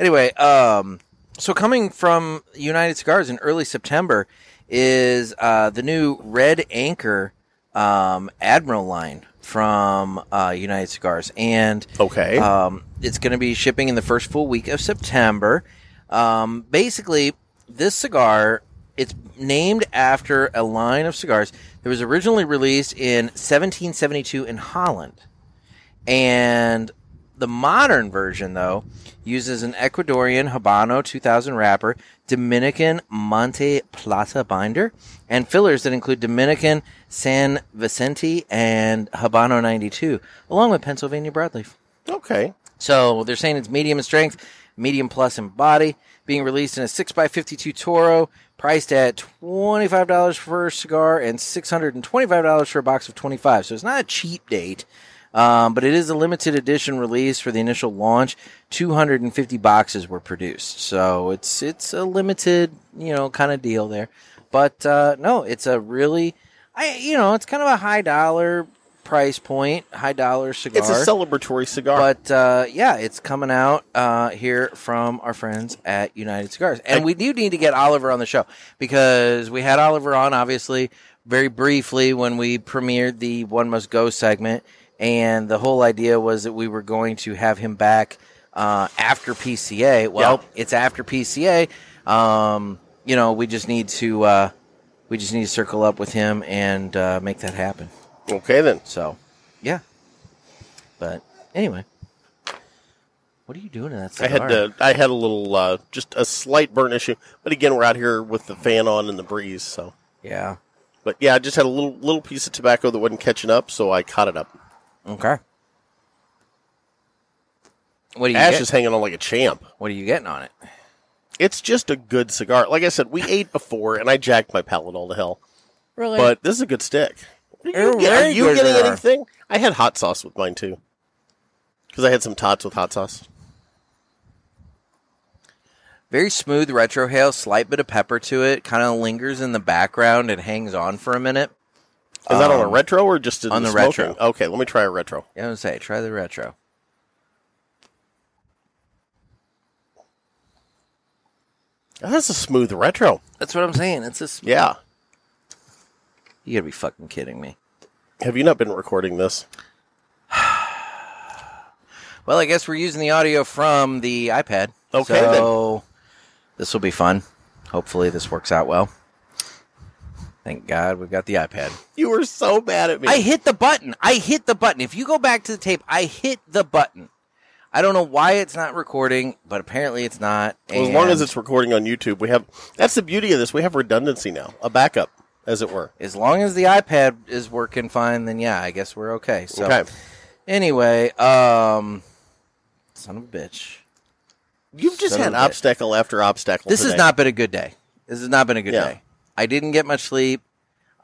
S1: anyway, um, so coming from United Cigars in early September is uh, the new Red Anchor um, Admiral line from uh, United Cigars, and
S3: Okay.
S1: um, it's going to be shipping in the first full week of September. Um, basically, this cigar it's named after a line of cigars that was originally released in 1772 in Holland. And the modern version, though, uses an Ecuadorian Habano 2000 wrapper, Dominican Monte Plata binder, and fillers that include Dominican San Vicente and Habano 92, along with Pennsylvania broadleaf.
S3: okay.
S1: So they're saying it's medium in strength, medium plus in body, being released in a 6x52 Toro, priced at $25 for a cigar and $625 for a box of 25. So it's not a cheap date. Um, but it is a limited edition release for the initial launch. 250 boxes were produced, so it's it's a limited, you know, kind of deal there. But uh, no, it's a really, I you know, it's kind of a high dollar price point, high dollar cigar.
S3: It's a celebratory cigar.
S1: But uh, yeah, it's coming out uh, here from our friends at United Cigars, and we do need to get Oliver on the show because we had Oliver on obviously very briefly when we premiered the One Must Go segment, and the whole idea was that we were going to have him back uh, after PCA. Well,
S3: Yep.
S1: it's after PCA. Um, you know, we just need to uh, we just need to circle up with him and uh, make that happen.
S3: okay then.
S1: So, yeah. But anyway, what are you doing in that
S3: I
S1: cigar?
S3: had to, I had a little uh, just a slight burn issue, but again we're out here with the fan on and the breeze, so
S1: Yeah.
S3: but yeah, I just had a little little piece of tobacco that wasn't catching up, so I caught it up.
S1: Okay. What are you?
S3: Ash
S1: get-
S3: is hanging on like a champ.
S1: what are you getting on it?
S3: It's just a good cigar. Like I said, we ate before and I jacked my palate all to hell.
S4: Really?
S3: But this is a good stick. Are
S1: They're
S3: you, get- are
S1: very
S3: you
S1: good
S3: getting
S1: there.
S3: anything? I had hot sauce with mine too. Because I had some tots with hot sauce.
S1: Very smooth retrohale, slight bit of pepper to it. Kind of lingers in the background and hangs on for a minute.
S3: Is that on a retro or just in
S1: Um, on the
S3: smoking?
S1: retro.
S3: Okay, let me try a retro.
S1: Yeah, I'm gonna say, try the retro.
S3: Oh, that's a smooth retro.
S1: That's what I'm saying. It's just
S3: Yeah.
S1: you gotta be fucking kidding me.
S3: Have you not been recording this?
S1: Well, I guess we're using the audio from the iPad.
S3: Okay,
S1: So this will be fun. Hopefully, this works out well. Thank God we've got the iPad.
S3: You were so mad at me.
S1: I hit the button. I hit the button. If you go back to the tape, I hit the button. I don't know why it's not recording, but apparently it's not.
S3: Well, as long as
S1: and
S3: it's recording on YouTube, we have that's the beauty of this. We have redundancy now, a backup, as it were.
S1: as long as the iPad is working fine, then yeah, I guess we're okay. So
S3: Okay.
S1: anyway, um, son of a bitch.
S3: You've just
S1: Son
S3: had
S1: of a bitch.
S3: obstacle after obstacle.
S1: This has
S3: today.
S1: not been a good day. This has not been a good
S3: Yeah.
S1: day. I didn't get much sleep.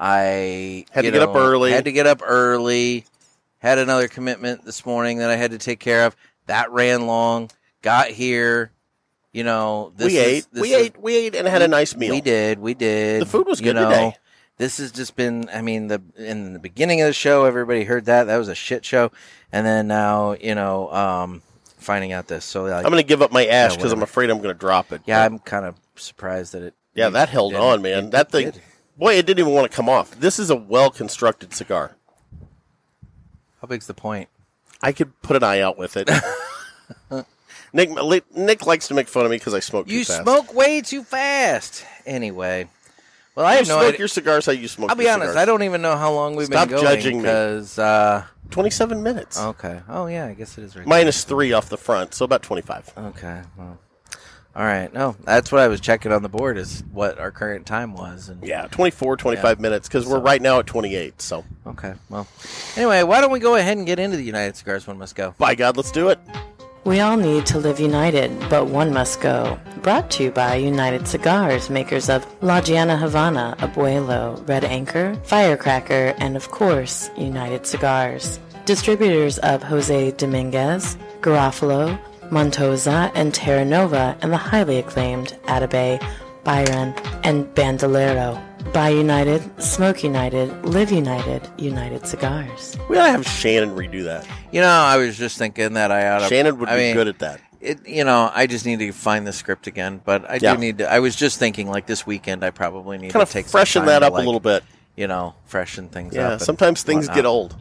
S1: I
S3: Had to
S1: you
S3: get up early.
S1: Had to get up early. Had another commitment this morning that I had to take care of. That ran long. Got here. You know, this
S3: we
S1: is-
S3: ate.
S1: this
S3: we
S1: is-
S3: ate. We ate and had a nice meal.
S1: We did. We did.
S3: The food was
S1: you
S3: good today.
S1: This has just been. I mean, the in the beginning of the show, everybody heard that that was a shit show, and then now you know, um, finding out this. So like,
S3: I'm going to give up my ash because I'm
S1: whatever.
S3: afraid I'm going to drop it.
S1: yeah, I'm kind of surprised that it.
S3: yeah, that held
S1: didn't-
S3: on, man.
S1: it
S3: that thing,
S1: did.
S3: boy, it didn't even want to come off. This is a well constructed cigar.
S1: How big's the point?
S3: I could put an eye out with *laughs* it. Nick, Nick likes to make fun of me because I smoke too
S1: You
S3: fast.
S1: smoke way too fast. Anyway, well, I
S3: You
S1: have no
S3: smoke
S1: idea.
S3: your cigars how you smoke.
S1: I'll be
S3: your
S1: honest.
S3: cigars.
S1: I don't even know how long we've
S3: Stop
S1: been going
S3: judging me.
S1: because. Uh,
S3: Twenty-seven minutes.
S1: okay. Oh yeah, I guess it is right.
S3: minus three off the front, so about twenty-five.
S1: Okay. Well. All right. No, that's what I was checking on the board is what our current time was. And
S3: Yeah, 24, 25 minutes because we're right now at twenty-eight. So
S1: Okay. Well. Anyway, why don't we go ahead and get into the United Cigars one must go?
S3: by God, let's do it.
S5: We all need to live united, but one must go. Brought to you by United Cigars, makers of La Giana Havana, Abuelo, Red Anchor, Firecracker, and of course, United Cigars. Distributors of Jose Dominguez, Garofalo, Montosa, and Terra Nova, and the highly acclaimed Atabey, Byron, and Bandolero. Buy United, Smoke United, Live United, United Cigars.
S3: We gotta have Shannon redo that.
S1: You know, I was just thinking that I ought to.
S3: Shannon would
S1: I
S3: be
S1: mean,
S3: good at that.
S1: it. You know, I just need to find the script again, but I
S3: Yeah.
S1: do need to. I was just thinking like this weekend, I probably need
S3: Kind of
S1: to take
S3: freshen
S1: some time
S3: that
S1: to,
S3: up
S1: like,
S3: a little bit.
S1: You know, freshen things up.
S3: Yeah,
S1: and
S3: sometimes things
S1: whatnot.
S3: get old. *laughs*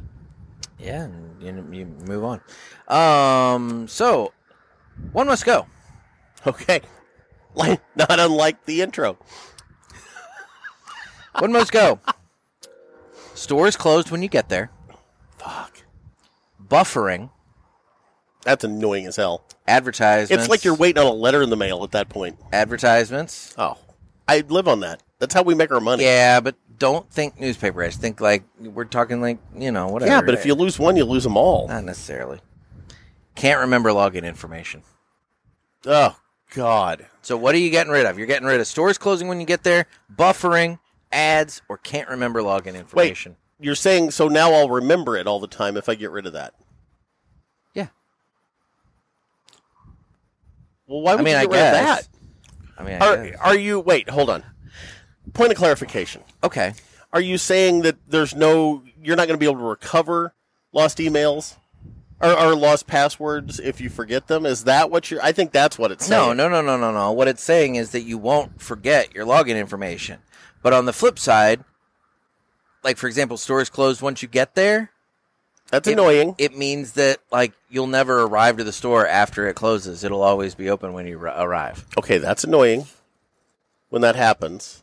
S1: Yeah, and you, you move on. Um. So, one must go.
S3: Okay, like not unlike the intro.
S1: One must
S3: *laughs*
S1: go. Store is closed when you get there.
S3: Fuck,
S1: Buffering.
S3: that's annoying as hell.
S1: Advertisements.
S3: It's like you're waiting on a letter in the mail at that point.
S1: advertisements.
S3: Oh, I live on that. That's how we make our money.
S1: Yeah, but don't think newspaper ads. Think like we're talking like you know whatever.
S3: Yeah, but if you lose one, you lose them all.
S1: not necessarily can't remember login information.
S3: Oh God.
S1: So what are you getting rid of? You're getting rid of stores closing when you get there, buffering, ads, or can't remember login
S3: Wait,
S1: information.
S3: you're saying so now I'll remember it all the time if I get rid of that. Well, why would
S1: mean,
S3: you
S1: I
S3: get rid of
S1: guess.
S3: that?
S1: I mean, I
S3: Are,
S1: guess.
S3: are you? Wait, hold on. Point of clarification:
S1: okay.
S3: Are you saying that there's no? You're not going to be able to recover lost emails or, or lost passwords if you forget them? Is that what you're? I think that's what it's
S1: No,
S3: saying.
S1: no, no, no, no, no. What it's saying is that you won't forget your login information. But on the flip side, like for example, stores closed once you get there.
S3: that's
S1: it-
S3: annoying.
S1: It means that like you'll never arrive to the store after it closes. It'll always be open when you r- arrive.
S3: Okay, that's annoying when that happens.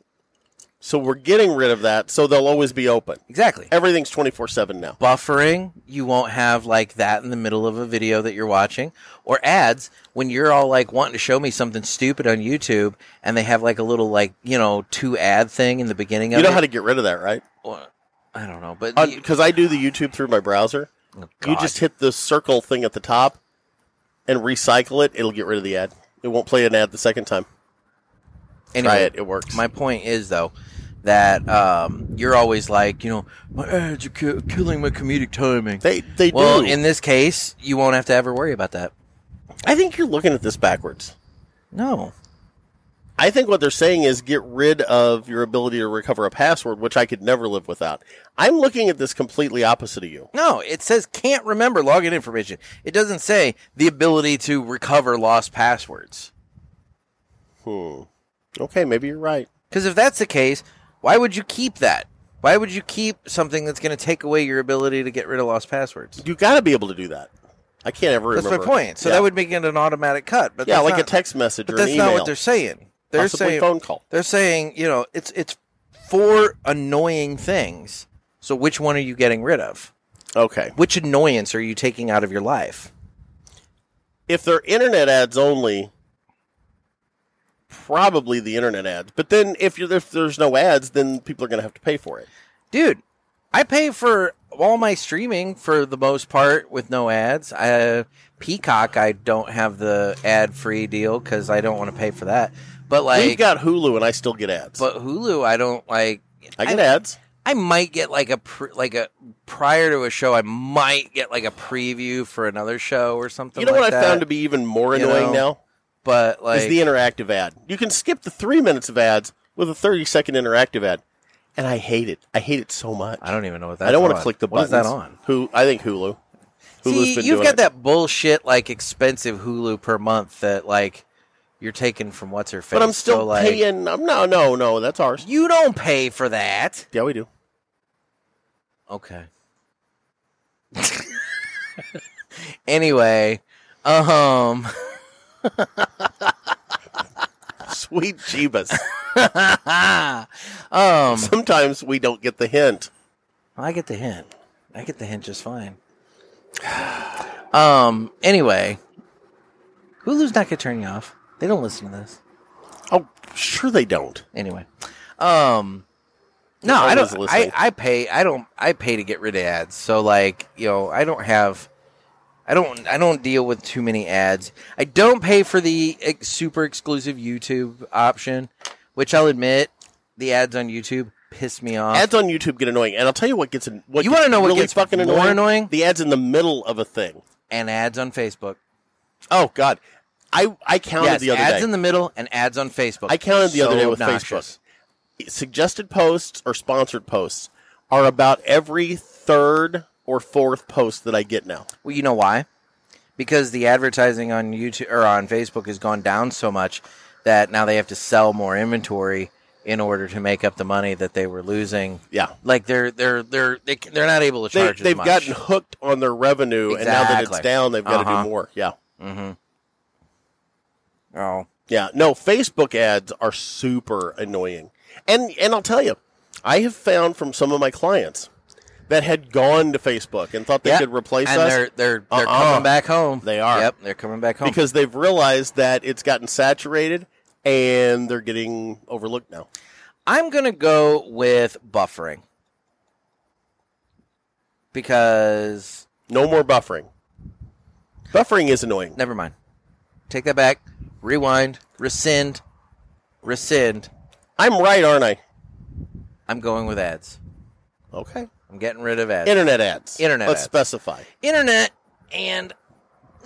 S3: So we're getting rid of that, so they'll always be open.
S1: Exactly.
S3: Everything's twenty four seven now.
S1: buffering. You won't have like that in the middle of a video that you're watching or ads when you're all like wanting to show me something stupid on YouTube and they have like a little like, you know, two ad thing in the beginning of
S3: You know
S1: it.
S3: how to get rid of that, right?
S1: Well, I don't know, but you-
S3: Because I do the YouTube through my browser.
S1: oh,
S3: You
S1: God.
S3: just hit the circle thing at the top and recycle it. It'll get rid of the ad. It won't play an ad the second time.
S1: Anyway,
S3: Try it. It works.
S1: My point is though that um, you're always like, you know, my ads are ki- killing my comedic timing.
S3: They they
S1: well,
S3: do.
S1: in this case, you won't have to ever worry about that.
S3: I think you're looking at this backwards.
S1: No.
S3: I think what they're saying is get rid of your ability to recover a password, which I could never live without. I'm looking at this completely opposite of you.
S1: No, it says can't remember login information. It doesn't say the ability to recover lost passwords.
S3: Hmm. Okay, maybe you're right.
S1: Because if that's the case, why would you keep that? Why would you keep something that's going to take away your ability to get rid of lost passwords?
S3: You got to be able to do that. I can't ever
S1: That's my
S3: remember.
S1: point. So
S3: yeah.
S1: that would make it an automatic cut. But
S3: yeah,
S1: that's
S3: like a
S1: not-
S3: text message
S1: But
S3: or an
S1: that's
S3: email.
S1: not what they're saying. They're
S3: Possibly
S1: saying
S3: phone call.
S1: They're saying you know it's it's four annoying things. So which one are you getting rid of?
S3: Okay.
S1: Which annoyance are you taking out of your life?
S3: If they're internet ads only, probably the internet ads. But then if you're if there's no ads, then people are going to have to pay for it.
S1: dude i pay for all my streaming for the most part with no ads I, peacock i don't have the ad free deal because i don't want to pay for that but
S3: We've
S1: like
S3: got Hulu, and I still get ads.
S1: but hulu i don't like
S3: I get
S1: I,
S3: ads.
S1: I might get like a pr- like a prior to a show i might get like a preview for another show or something
S3: You know
S1: like
S3: what
S1: that,
S3: I found to be even more
S1: you
S3: annoying
S1: know, but
S3: now
S1: like
S3: is the interactive ad. You can skip the three minutes of ads with a thirty second interactive ad, and I hate it. I hate it so much.
S1: i don't even know what that's
S3: I don't want to
S1: on.
S3: click the
S1: What is
S3: buttons.
S1: that on
S3: Who I think Hulu. Hulu's
S1: See,
S3: been
S1: you've
S3: doing
S1: got
S3: it.
S1: that bullshit like expensive Hulu per month that like you're taking from what's her face.
S3: But I'm still
S1: so, like,
S3: paying. I'm, no, no, no. That's ours.
S1: You don't pay for that.
S3: Yeah, we do.
S1: Okay. *laughs* anyway, um, *laughs*
S3: Sweet Jeebus.
S1: um,
S3: Sometimes we don't get the hint.
S1: I get the hint. I get the hint just fine. *sighs* Um. Anyway, Hulu's not gonna turn you off. They don't listen to this.
S3: Oh, sure they don't.
S1: Anyway, um, no, I
S3: always
S1: don't.
S3: listening.
S1: I, I pay. I don't. I pay to get rid of ads. So like, you know, I don't have. I don't. I don't deal with too many ads. I don't pay for the ex- super exclusive YouTube option, which I'll admit, the ads on YouTube piss me off.
S3: Ads on YouTube get annoying, and I'll tell you what gets an- what
S1: Uh-huh. You wanna
S3: gets
S1: know what
S3: really
S1: gets
S3: fucking
S1: more annoying?
S3: The ads in the middle of a thing.
S1: and ads on Facebook.
S3: Oh God, I I counted
S1: Yes,
S3: the other
S1: ads
S3: day.
S1: in the middle and ads on Facebook.
S3: I counted the
S1: So
S3: other day with
S1: obnoxious.
S3: Facebook. Suggested posts or sponsored posts are about every third or fourth post that I get now.
S1: Well, you know why? Because the advertising on YouTube or on Facebook has gone down so much that now they have to sell more inventory in order to make up the money that they were losing.
S3: Yeah.
S1: Like they're they're they're they, c- they're not able to
S3: They,
S1: charge. as
S3: they've
S1: much.
S3: gotten hooked on their revenue, and now that it's
S1: Exactly.
S3: down, they've got
S1: Uh-huh.
S3: to do more. Yeah,
S1: Oh,
S3: yeah. No, Facebook ads are super annoying, and and I'll tell you, I have found from some of my clients that had gone to Facebook and thought they
S1: Yeah.
S3: could replace
S1: and
S3: us
S1: they're they're they're
S3: Uh-uh.
S1: coming back home.
S3: They are.
S1: Yep, they're coming back home.
S3: because they've realized that it's gotten saturated and they're getting overlooked now.
S1: I'm gonna go with buffering because
S3: No more buffering. Buffering is annoying.
S1: never mind. Take that back. Rewind. Rescind. Rescind.
S3: I'm right, aren't I?
S1: I'm going with ads.
S3: Okay.
S1: I'm getting rid of ads.
S3: Internet ads.
S1: Internet
S3: Let's
S1: ads.
S3: specify.
S1: Internet and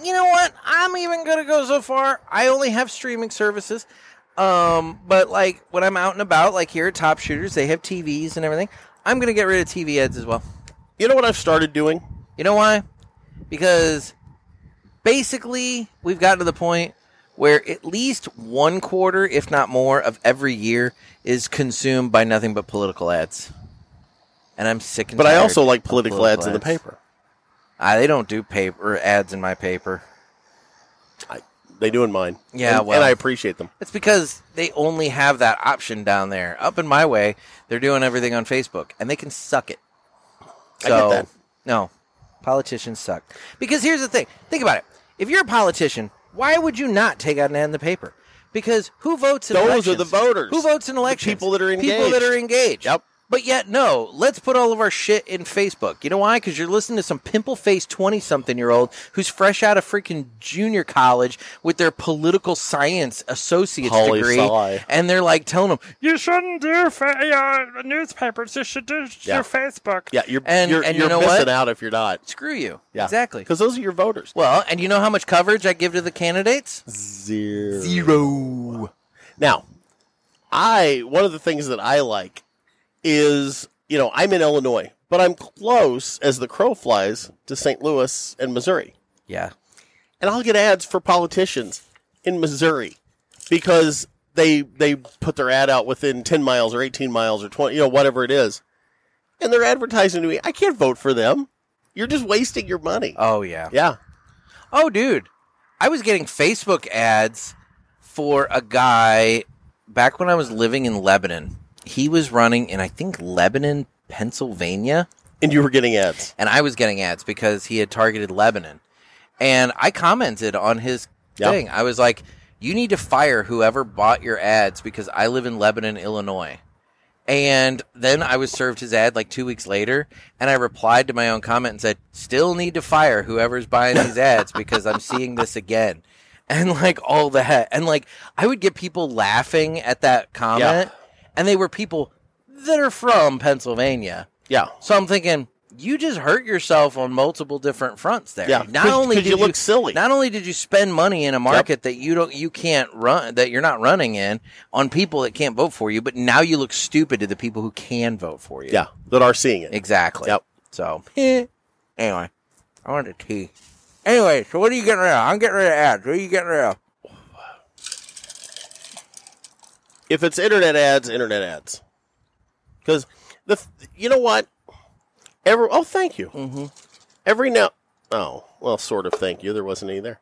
S1: you know what? I'm even gonna go so far. I only have streaming services. Um, but like when I'm out and about, like here at Top Shooters, they have TVs and everything. I'm gonna get rid of TV ads as well.
S3: You know what I've started doing?
S1: You know why? Because basically, we've gotten to the point where at least one quarter, if not more, of every year is consumed by nothing but political ads. And I'm sick and
S3: But I
S1: tired
S3: also like
S1: of
S3: political, ads in the paper.
S1: Ah, they don't do paper ads in my paper.
S3: I, they do in mine.
S1: Yeah,
S3: and,
S1: well.
S3: and I appreciate them.
S1: It's because they only have that option down there. Up in my way, they're doing everything on Facebook, and they can suck it.
S3: I get that.
S1: No, politicians suck. Because here's the thing: think about it. If you're a politician, why would you not take out an ad in the paper? Because who votes in
S3: Those are
S1: elections?
S3: the voters.
S1: Who votes in
S3: The
S1: elections?
S3: people that are
S1: People that
S3: engaged.
S1: are engaged.
S3: Yep.
S1: But yet, no. Let's put all of our shit in Facebook. You know why? Because you're listening to some pimple-faced twenty-something-year-old who's fresh out of freaking junior college with their political science associate's
S3: Poli
S1: degree,
S3: sci.
S1: and they're like telling them,
S6: You shouldn't do fa- uh, newspapers. You should do
S3: Yeah.
S6: your Facebook.
S3: Yeah, you're
S1: And-
S3: you're,
S1: and you
S3: you're
S1: know
S3: missing
S1: what?
S3: out if you're not.
S1: "Screw you."
S3: Yeah,
S1: Exactly.
S3: Because those are your voters.
S1: Well, and you know how much coverage I give to the candidates?
S3: Zero.
S1: Zero.
S3: Now, I one of the things that I like is you know I'm in Illinois, but I'm close as the crow flies to St. Louis and Missouri,
S1: Yeah.
S3: and I'll get ads for politicians in Missouri because they they put their ad out within ten miles or eighteen miles or twenty, you know whatever it is, and they're advertising to me. I can't vote for them. You're just wasting your money.
S1: Oh yeah.
S3: yeah,
S1: Oh dude, I was getting Facebook ads for a guy back when I was living in Lebanon. He was running in I think Lebanon, Pennsylvania,
S3: and you were getting ads.
S1: and I was getting ads because he had targeted Lebanon. And I commented on his
S3: Yeah.
S1: thing. I was like, "You need to fire whoever bought your ads because I live in Lebanon, Illinois." And then I was served his ad like two weeks later, and I replied to my own comment and said, "Still need to fire whoever's buying these ads because I'm seeing this again." And like all that, and like I would get people laughing at that comment, and they were people that are from Pennsylvania.
S3: Yeah.
S1: So I'm thinking, you just hurt yourself on multiple different fronts there.
S3: Yeah,
S1: Not
S3: 'cause-
S1: only
S3: 'cause
S1: did
S3: you look silly.
S1: Not only did you spend money in a market that you don't, you can't run, that you're not running in, on people that can't vote for you, but now you look stupid to the people who can vote for you.
S3: Yeah, that are seeing it.
S1: exactly.
S3: Yep.
S1: So *laughs* eh. anyway, I wanted a tea. Anyway, so what are you getting rid of? I'm getting rid of ads. What are you getting rid of?
S3: if it's internet ads, internet ads. Because the th- you know what, every oh thank you. Mm-hmm. Every now oh well sort of thank you. There wasn't any there.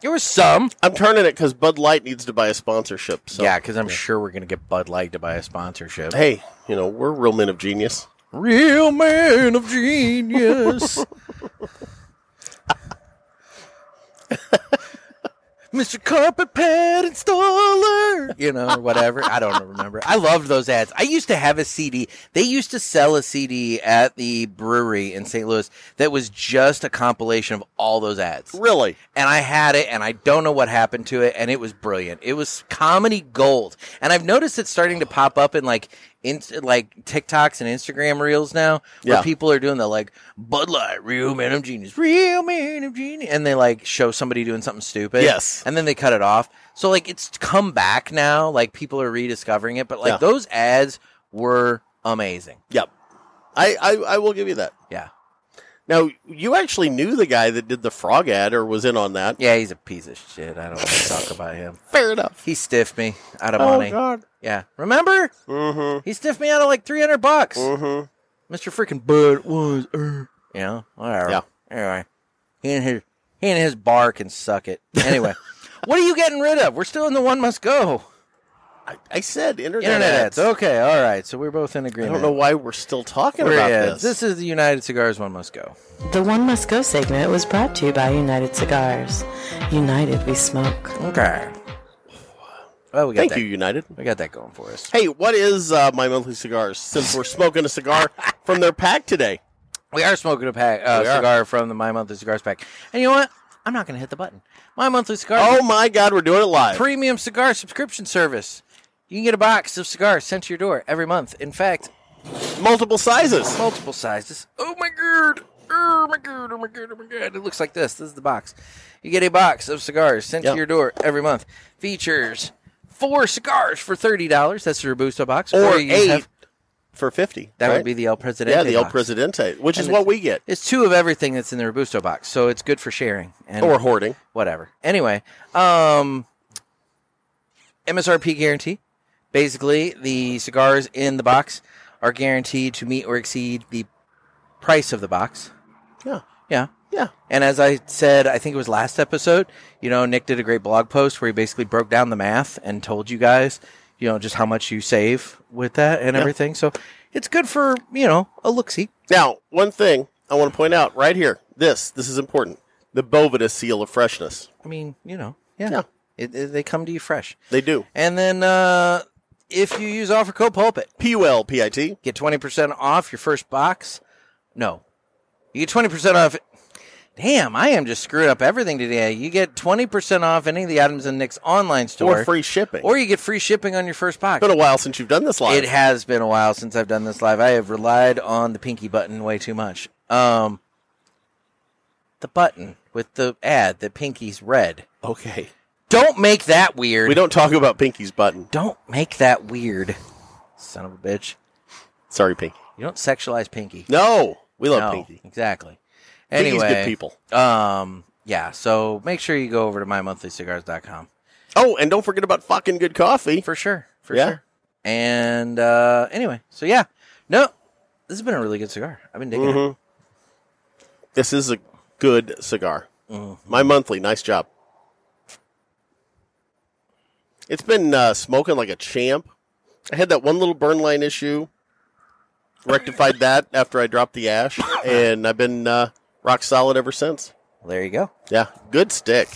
S1: There was some.
S3: I'm turning it because Bud Light needs to buy a sponsorship. So
S1: yeah, because I'm sure we're gonna get Bud Light to buy a sponsorship.
S3: hey, you know we're real men of genius.
S1: Real man of genius. Mr. Carpet Pad Installer, you know, or whatever. I don't remember. I loved those ads. I used to have a CD. They used to sell a CD at the brewery in St. Louis that was just a compilation of all those ads.
S3: Really,
S1: And I had it, and I don't know what happened to it, and it was brilliant. It was comedy gold, and I've noticed it's starting to pop up in like in like TikToks and Instagram reels now, where
S3: Yeah.
S1: people are doing the like Bud Light, real man of genius, real man of genius, and they like show somebody doing something stupid,
S3: Yes.
S1: and then they cut it off. So like it's come back now, like people are rediscovering it, but like
S3: Yeah.
S1: those ads were amazing.
S3: yep. I, I I will give you that.
S1: Yeah,
S3: Now you actually knew the guy that did the frog ad or was in on that.
S1: yeah, he's a piece of shit. I don't want to talk about him.
S3: Fair enough.
S1: He stiffed me out of
S3: Oh
S1: money.
S3: God.
S1: Yeah, remember?
S3: Mm-hmm.
S1: He stiffed me out of like 300 bucks.
S3: Mm-hmm.
S1: Mr. Freaking Bud was, er. you know, whatever.
S3: Yeah.
S1: Anyway, he and his he and his bar can suck it.
S3: *laughs*
S1: Anyway, what are you getting rid of? We're still in the one must go.
S3: I, I said internet,
S1: Internet ads.
S3: ads.
S1: Okay, all right. So we're both in
S3: I
S1: agreement.
S3: don't know why we're still talking
S1: We're
S3: about
S1: in.
S3: this.
S1: This is the United Cigars one must go.
S5: The One Must Go segment was brought to you by United Cigars. United, we smoke.
S1: Okay. Well, Oh, we got
S3: Thank
S1: that.
S3: you, United.
S1: We got that going for us.
S3: Hey, what is uh, my monthly cigars? Since we're smoking a cigar *laughs* from their pack today,
S1: We are smoking a pack uh,
S3: We are.
S1: cigar from the My Monthly Cigars pack, and you know what? I'm not going to hit the button. My Monthly Cigar.
S3: oh my God, we're doing it live.
S1: premium cigar subscription service. You can get a box of cigars sent to your door every month. In fact,
S3: Multiple sizes.
S1: multiple sizes. Oh my god. oh my god, oh my god, oh my god. It looks like this. This is the box. You get a box of cigars sent
S3: Yep.
S1: to your door every month. Features four cigars for thirty dollars. That's the Robusto box.
S3: or
S1: you
S3: eight
S1: have-
S3: for fifty.
S1: that
S3: right?
S1: would be the El Presidente.
S3: yeah, the El
S1: box.
S3: Presidente, which is
S1: And
S3: what we get
S1: It's two of everything that's in the Robusto box, so it's good for sharing. And
S3: or hoarding.
S1: whatever. Anyway, um, MSRP guarantee. Basically, the cigars in the box are guaranteed to meet or exceed the price of the box.
S3: Yeah,
S1: Yeah.
S3: yeah.
S1: And as I said, I think it was last episode, you know, Nick did a great blog post where he basically broke down the math and told you guys, you know, just how much you save with that and
S3: Yeah.
S1: everything. So it's good for, you know, a look see.
S3: Now, one thing I want to point out right here. This this is important. The Bovida seal of freshness.
S1: I mean, you know, yeah.
S3: Yeah.
S1: It, it- they come to you fresh.
S3: They do.
S1: And then uh, if you use offer code pulpit,
S3: P U L P I T.
S1: get 20% off your first box. No. You get 20% off. Damn, I am just screwing up everything today. You get 20% off any of the items in Nick's online store.
S3: Or free shipping.
S1: Or you get free shipping on your first box.
S3: It's been a while since you've done this live.
S1: It has been a while since I've done this live. I have relied on the pinky button way too much. Um, the button with the ad that Pinky's red.
S3: okay.
S1: Don't make that weird.
S3: We don't talk about Pinky's button.
S1: Don't make that weird. Son of a bitch.
S3: Sorry, Pinky.
S1: You don't sexualize Pinky.
S3: No, we love
S1: No,
S3: Pinky.
S1: Exactly.
S3: Pinky's
S1: Anyway,
S3: good people.
S1: Um, yeah. So make sure you go over to mymonthlycigars.com
S3: Oh, and don't forget about fucking good coffee.
S1: for sure. For
S3: Yeah.
S1: sure. And uh, anyway, so yeah, no, this has been a really good cigar. I've been digging
S3: Mm-hmm.
S1: it.
S3: This is a good cigar. My monthly. Nice job. It's been uh, smoking like a champ. I had that one little burn line issue. Rectified that after I dropped the *laughs* ash, and I've been uh, rock solid ever since.
S1: Well, there you go.
S3: Yeah, good stick.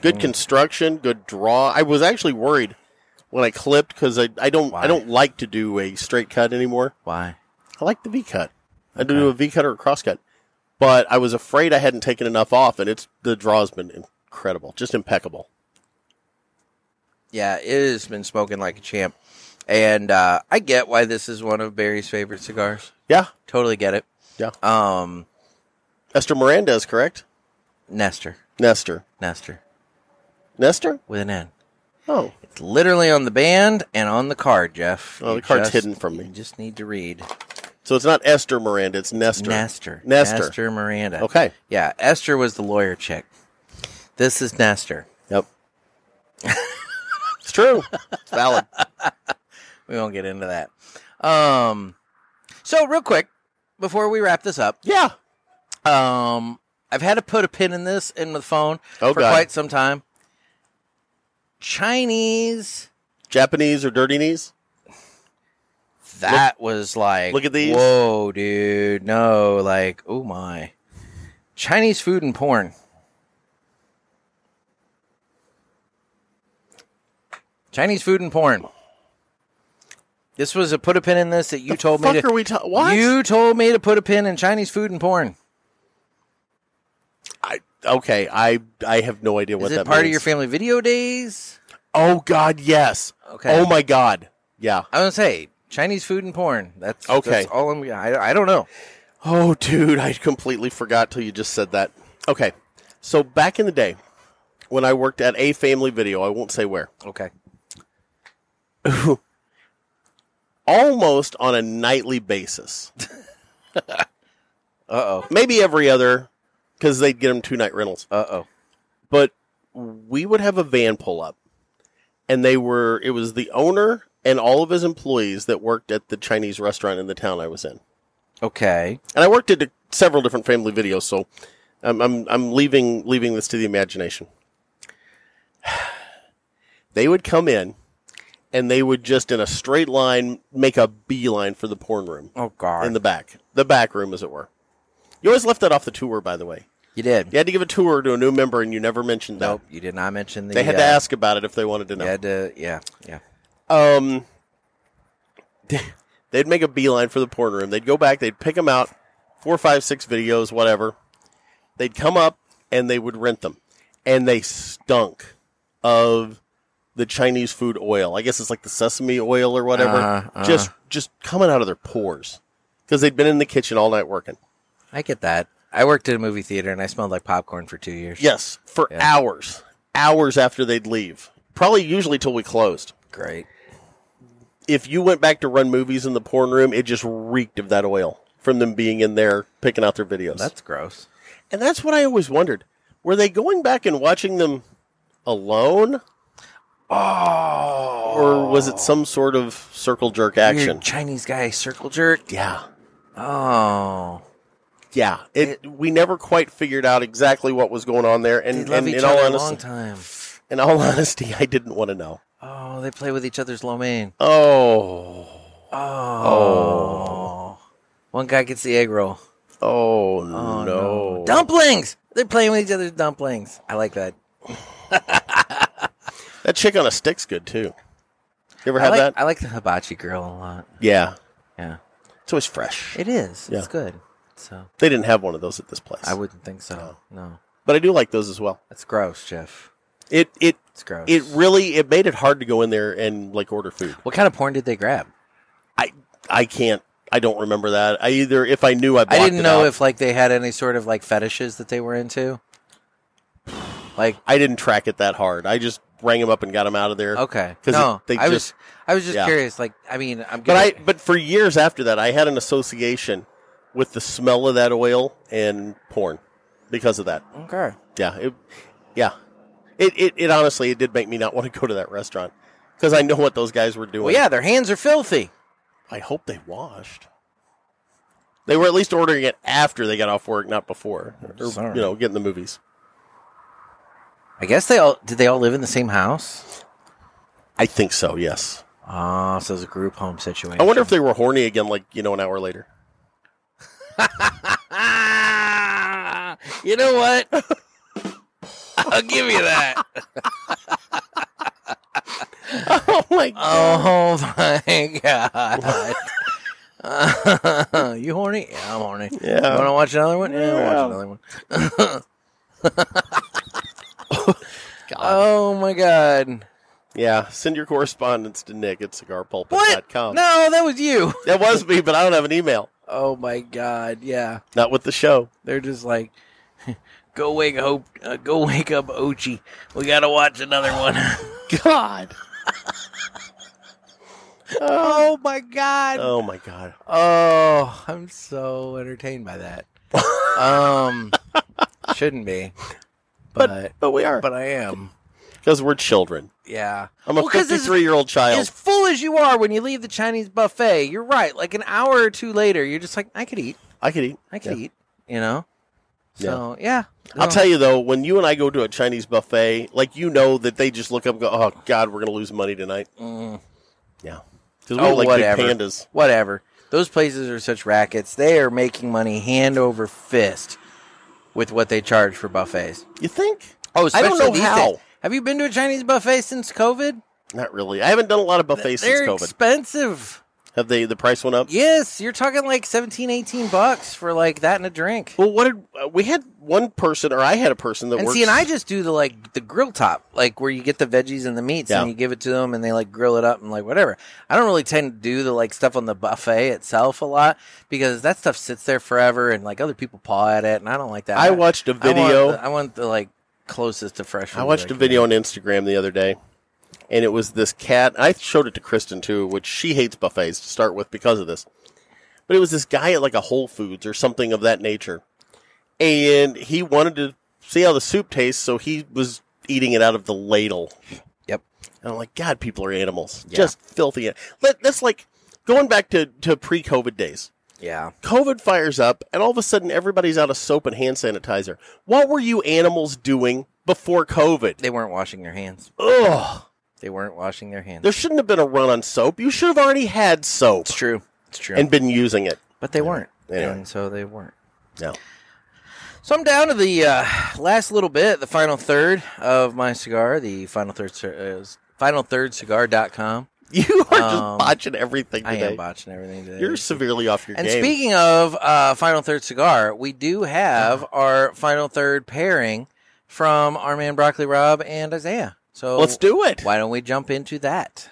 S3: Good construction, good draw. I was actually worried when I clipped because I, I don't
S1: Why?
S3: I don't like to do a straight cut anymore.
S1: Why?
S3: I like the V cut. I do a V cut or a cross cut, but I was afraid I hadn't taken enough off, and it's the draw's been incredible, just impeccable.
S1: Yeah, it has been smoking like a champ, and uh, I get why this is one of Barry's favorite cigars.
S3: Yeah,
S1: Totally get it.
S3: yeah.
S1: Um,
S3: Esther Miranda is correct.
S1: Nestor,
S3: Nestor,
S1: Nestor
S3: Nestor.
S1: with an N.
S3: Oh,
S1: It's literally on the band and on the card, Jeff.
S3: Oh, the
S1: You
S3: card's
S1: just-
S3: hidden from me.
S1: You just need to read.
S3: so it's not Esther Miranda, it's Nestor.
S1: Nestor.
S3: Nestor.
S1: Miranda.
S3: Okay.
S1: Yeah, Esther was the lawyer chick. This is Nestor.
S3: Yep. *laughs* it's true. It's valid.
S1: *laughs* We won't get into that. Um, so real quick before we wrap this up,
S3: Yeah.
S1: um, I've had to put a pin in this in the phone
S3: Oh,
S1: for
S3: God.
S1: quite some time. Chinese.
S3: Japanese or dirty knees?
S1: That was like
S3: look at these.
S1: Whoa, dude. No, like, oh my. Chinese food and porn. Chinese food and porn. This was a put a pin in this that you told
S3: fuck
S1: me to
S3: are we ta- what?
S1: You told me to put a pin in Chinese food and porn.
S3: I, okay, I I have no idea what
S1: Is it
S3: that
S1: part of
S3: means.
S1: your family video days?
S3: Oh God, yes.
S1: Okay.
S3: Oh my God. Yeah.
S1: I was gonna say Chinese food and porn. That's
S3: Okay.
S1: That's all I'm. I, I don't know.
S3: Oh, dude, I completely forgot till you just said that. Okay, so back in the day, when I worked at a family video, I won't say where,
S1: Okay.
S3: almost on a nightly basis, *laughs*
S1: Uh oh.
S3: maybe every other, because they'd get them two night rentals.
S1: Uh oh.
S3: But we would have a van pull up, and they were it was the owner and all of his employees that worked at the Chinese restaurant in the town I was in.
S1: Okay.
S3: and I worked at a- several different family videos, so I'm I'm, I'm leaving leaving this to the imagination. *sighs* They would come in, and they would just in a straight line make a beeline for the porn room
S1: Oh god.
S3: in the back, the back room, as it were. You always left that off the tour, by the way.
S1: you did.
S3: You had to give a tour to a new member, and you never mentioned that.
S1: Nope, you did not mention the.
S3: They had
S1: uh,
S3: to ask about it if they wanted to know.
S1: You had to, yeah, yeah.
S3: Um, *laughs* they'd make a beeline for the porn room. They'd go back. They'd pick them out, four, five, six videos, whatever. They'd come up and they would rent them, and they stunk of the Chinese food oil. I guess it's like the sesame oil or whatever,
S1: Uh-huh, uh-huh.
S3: just just coming out of their pores because they'd been in the kitchen all night working.
S1: I get that. I worked at a movie theater and I smelled like popcorn for two years.
S3: Yes, for
S1: Yeah.
S3: hours, hours after they'd leave. Probably usually till we closed.
S1: Great.
S3: If you went back to run movies in the porn room, it just reeked of that oil from them being in there picking out their videos.
S1: That's gross.
S3: and that's what I always wondered. Were they going back and watching them alone?
S1: Oh.
S3: Or was it some sort of circle jerk action?
S1: Chinese guy circle jerk.
S3: Yeah.
S1: Oh.
S3: Yeah. It, we never quite figured out exactly what was going on there and,
S1: They love
S3: and
S1: each
S3: in all
S1: other a long
S3: honesty
S1: time.
S3: in all *laughs* honesty I didn't want to know.
S1: Oh, they play with each other's lo mein.
S3: Oh.
S1: Oh. One guy gets the egg roll.
S3: Oh,
S1: Oh,
S3: no.
S1: Dumplings! They're playing with each other's dumplings. I like that.
S3: That chick on a stick's good too. You ever
S1: I
S3: had
S1: like,
S3: that?
S1: I like the hibachi girl a lot.
S3: yeah.
S1: Yeah.
S3: It's always fresh.
S1: It is.
S3: Yeah.
S1: It's good. So
S3: They didn't have one of those at this place.
S1: I wouldn't think so. No.
S3: but I do like those as well.
S1: That's gross, Jeff.
S3: It it
S1: It's gross.
S3: it really it made it hard to go in there and like order food.
S1: what kind of porn did they grab?
S3: I I can't I don't remember that. I either if I knew I blocked
S1: I didn't
S3: it
S1: know
S3: out.
S1: if like they had any sort of like fetishes that they were into. Like
S3: I didn't track it that hard. I just rang them up and got them out of there.
S1: okay,
S3: 'Cause
S1: no,
S3: it- they
S1: I was
S3: just-
S1: I was just
S3: yeah.
S1: curious. Like I mean, I'm
S3: But
S1: good.
S3: I but for years after that I had an association with the smell of that oil and porn because of that.
S1: okay.
S3: Yeah, it, yeah. It, it it honestly it did make me not *laughs* want to go to that restaurant because I know what those guys were doing.
S1: Well, yeah, their hands are filthy.
S3: I hope they washed. They were at least ordering it after they got off work, not before, or
S1: Sorry.
S3: you know, getting the movies.
S1: I guess they all did. They all live in the same house.
S3: I think so. Yes.
S1: Ah, so it's a group home situation.
S3: I wonder if they were horny again, like you know, an hour later. *laughs*
S1: Ah, you know what? *laughs* I'll give you that.
S3: oh my god!
S1: Oh *laughs* my god. *laughs* you horny? Yeah, I'm horny.
S3: Yeah.
S1: Want to watch another one? Yeah, I'll watch another one. *laughs* Oh my god.
S3: Yeah, send your correspondence to Nick at
S1: What?
S3: cigarpulpit.com.
S1: No, that was you.
S3: That was me, but I don't have an email.
S1: Oh my god. Yeah.
S3: Not with the show.
S1: They're just like *laughs* go wake hope uh, go wake up Ochi. We got to watch another one. *laughs*
S3: God.
S1: oh my god.
S3: Oh my god.
S1: Oh, I'm so entertained by that.
S3: *laughs*
S1: um, shouldn't be, but
S3: But we are
S1: but I am.
S3: because we're children.
S1: Yeah,
S3: I'm a
S1: Well, 'cause as-
S3: 53 year old child.
S1: As full as you are when you leave the Chinese buffet, you're right. Like an hour or two later, you're just like, I could eat,
S3: I could eat.
S1: I
S3: Yeah.
S1: could eat. You know. So yeah, Oh,
S3: I'll tell you though, when you and I go to a Chinese buffet, like you know that they just look up, and go, oh god, we're gonna lose money tonight. Yeah, because we
S1: Mm. Oh,
S3: were like
S1: whatever.
S3: big pandas.
S1: Whatever. Those places are such rackets. They are making money hand over fist with what they charge for buffets.
S3: You think?
S1: Oh,
S3: I don't know how.
S1: Have you been to a Chinese buffet since COVID?
S3: Not really. I haven't done a lot of buffets since
S1: They're
S3: COVID.
S1: expensive.
S3: Have they? The price went up.
S1: Yes, you're talking like 17, 18 bucks for like that and a drink.
S3: Well, what did uh, we had one person, or I had a person that
S1: And
S3: works.
S1: see, and I just do the like the grill top, like where you get the veggies and the meats
S3: Yeah.
S1: and you give it to them and they like grill it up and like whatever. I don't really tend to do the like stuff on the buffet itself a lot because that stuff sits there forever and like other people paw at it and I don't like that.
S3: I watched a
S1: I want
S3: video.
S1: the- I want the, like closest to fresh.
S3: I
S1: food
S3: watched
S1: that
S3: a
S1: can
S3: video
S1: have.
S3: on Instagram the other day, and it was this cat. I showed it to Kristen too, which she hates buffets to start with because of this. But it was this guy at like a Whole Foods or something of that nature, and he wanted to see how the soup tastes, so he was eating it out of the ladle.
S1: Yep.
S3: And I'm like, God, people are animals,
S1: Yeah.
S3: just filthy. an- Let, that's like going back to to pre COVID days.
S1: Yeah.
S3: COVID fires up, and all of a sudden everybody's out of soap and hand sanitizer. What were you animals doing before COVID?
S1: They weren't washing their hands.
S3: Ugh.
S1: They weren't washing their hands.
S3: There shouldn't have been a run on soap. You should have already had soap
S1: it's true. It's true.
S3: and been using it.
S1: but they weren't.
S3: Anyway.
S1: And so they weren't.
S3: No. *laughs*
S1: So I'm down to the uh, last little bit, the final third of my cigar, the final third cir- uh, is finalthirdcigar.com.
S3: You are just
S1: Um,
S3: botching everything
S1: I
S3: today.
S1: am botching everything today.
S3: You're severely off your
S1: and
S3: game.
S1: speaking of uh, Final Third Cigar, we do have our Final Third pairing from our man Broccoli Rob and Isaiah. So
S3: Let's do it.
S1: Why don't we jump into that?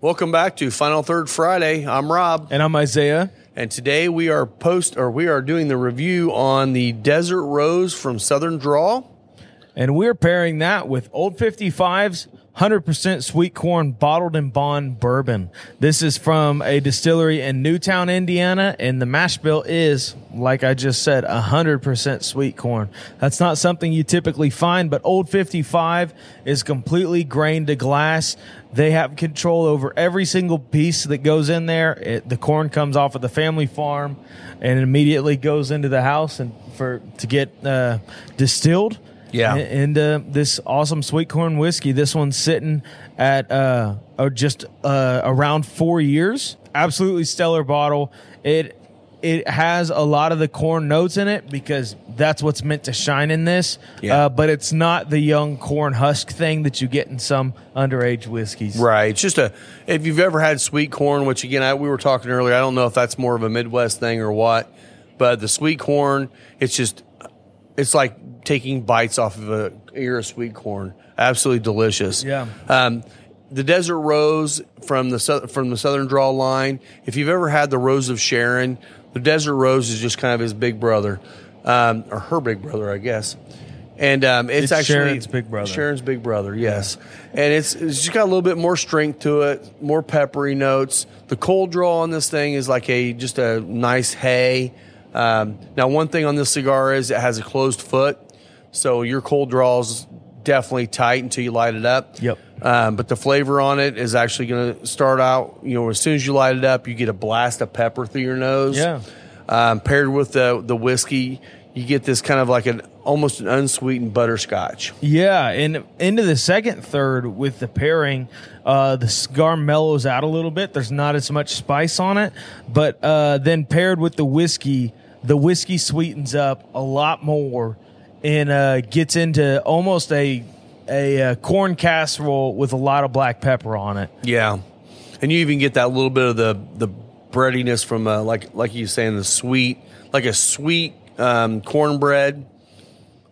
S7: Welcome back to Final Third Friday. I'm Rob.
S8: And I'm Isaiah.
S7: And today we are post or we are doing the review on the Desert Rose from Southern Draw.
S8: And we're pairing that with Old 55's 100% sweet corn bottled in bond bourbon. This is from a distillery in Newtown, Indiana, and the mash bill is, like I just said, 100% sweet corn. That's not something you typically find, but Old 55 is completely grain to glass. They have control over every single piece that goes in there. It, the corn comes off of the family farm and immediately goes into the house and for to get uh, distilled.
S7: Yeah.
S8: And- and uh, this awesome sweet corn whiskey. This one's sitting at uh, or just uh, around four years. Absolutely stellar bottle. It it has a lot of the corn notes in it because that's what's meant to shine in this.
S7: Yeah.
S8: Uh, but it's not the young corn husk thing that you get in some underage whiskeys.
S7: Right. It's just a if you've ever had sweet corn, which again I, we were talking earlier, I don't know if that's more of a Midwest thing or what, but the sweet corn, it's just it's like taking bites off of a ear of sweet corn. Absolutely delicious.
S8: Yeah.
S7: Um, the desert rose from the sou- from the southern draw line. If you've ever had the rose of Sharon, the desert rose is just kind of his big brother, um, or her big brother, I guess. And um, it's,
S8: It's
S7: actually
S8: Sharon's big brother.
S7: Sharon Aaron's big brother, yes. And it's it's just got a little bit more strength to it, more peppery notes. The cold draw on this thing is like a just a nice hay. Um, now, one thing on this cigar is it has a closed foot, so your cold draw is definitely tight until you light it up.
S8: Yep.
S7: Um, but the flavor on it is actually going to start out. You know, as soon as you light it up, you get a blast of pepper through your nose
S8: Yeah.
S7: um, paired with the the whiskey, you get this kind of like an almost an unsweetened butterscotch.
S8: Yeah, and into the second third with the pairing, uh, the cigar mellows out a little bit. There's not as much spice on it, but uh, then paired with the whiskey, the whiskey sweetens up a lot more and uh, gets into almost a a uh, corn casserole with a lot of black pepper on it.
S7: Yeah, and you even get that little bit of the the breadiness from uh, like like you saying the sweet like a sweet um, cornbread.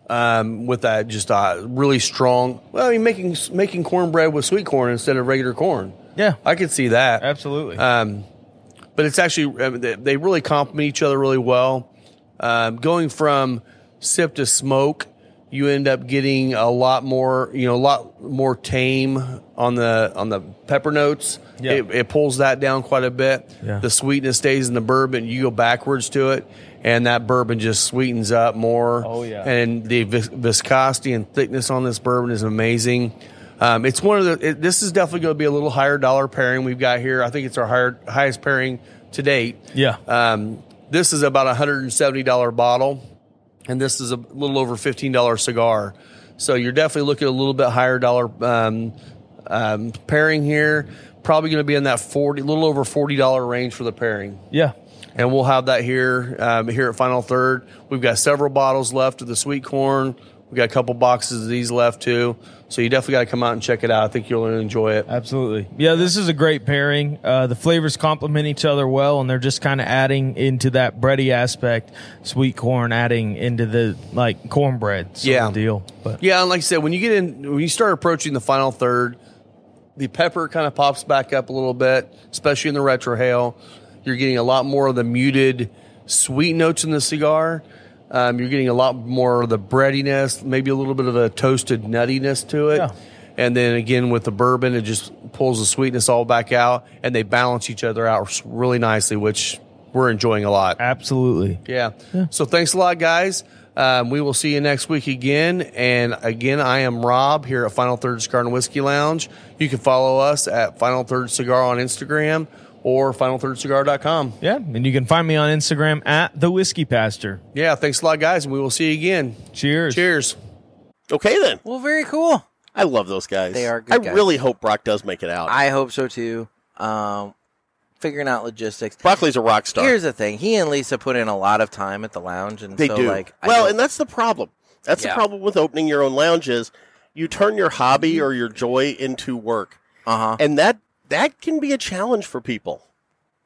S7: Um, with that, just uh, really strong. Well, I mean, making making cornbread with sweet corn instead of regular corn.
S8: Yeah.
S7: I could see that
S8: Absolutely.
S7: Um, but it's actually I mean, they- they really complement each other really well. Um, going from sip to smoke, you end up getting a lot more, you know, a lot more tame on the on the pepper notes.
S8: Yeah.
S7: It, it pulls that down quite a bit.
S8: Yeah.
S7: The sweetness stays in the bourbon. You go backwards to it, and that bourbon just sweetens up more.
S8: Oh, yeah.
S7: And the vis- viscosity and thickness on this bourbon is amazing. Um, it's one of the. It, this is definitely going to be a little higher dollar pairing we've got here. I think it's our higher, highest pairing to date.
S8: yeah.
S7: Um, this is about a hundred and seventy dollar bottle, and this is a little over fifteen dollar cigar. So you're definitely looking at a little bit higher dollar um, um, pairing here. Probably going to be in that forty, little over forty dollar range for the pairing
S8: yeah.
S7: and we'll have that here um, here at Final Third. We've got several bottles left of the sweet corn. We've got a couple boxes of these left too. So you definitely got to come out and check it out. I think you'll enjoy it.
S8: Absolutely. Yeah, this is a great pairing. Uh, the flavors complement each other well, and they're just kind of adding into that bready aspect, sweet corn adding into the like cornbread sort
S7: Yeah.
S8: of deal. But
S7: Yeah, and like I said, when you get in, when you start approaching the final third, the pepper kind of pops back up a little bit, especially in the retrohale. You're getting a lot more of the muted sweet notes in the cigar. Um, you're getting a lot more of the breadiness, maybe a little bit of a toasted nuttiness to it.
S8: Yeah.
S7: And then again with the bourbon, it just pulls the sweetness all back out, and they balance each other out really nicely, which we're enjoying a lot.
S8: absolutely.
S7: Yeah. So thanks a lot, guys. Um, we will see you next week again. And again, I am Rob here at Final Third Cigar and Whiskey Lounge. You can follow us at Final Third Cigar on Instagram or finalthirdcigar.com.
S8: Yeah, and you can find me on Instagram at the Whiskey Pastor.
S7: Yeah. Thanks a lot, guys. And we will see you again.
S8: Cheers.
S7: Cheers.
S3: Okay, then.
S1: Well, very cool.
S3: I love those guys.
S1: They are good
S3: I
S1: guys.
S3: really hope Brock does make it out.
S1: I hope so too. Um, figuring out logistics.
S3: Broccoli's a rock star.
S1: Here's the thing: he and Lisa put in a lot of time at the lounge, and
S3: they
S1: so
S3: do.
S1: like, I
S3: well,
S1: don't-
S3: and that's the problem. That's
S1: Yeah.
S3: the problem with opening your own lounge is you turn your hobby or your joy into work,
S1: uh-huh.
S3: and that that can be a challenge for people.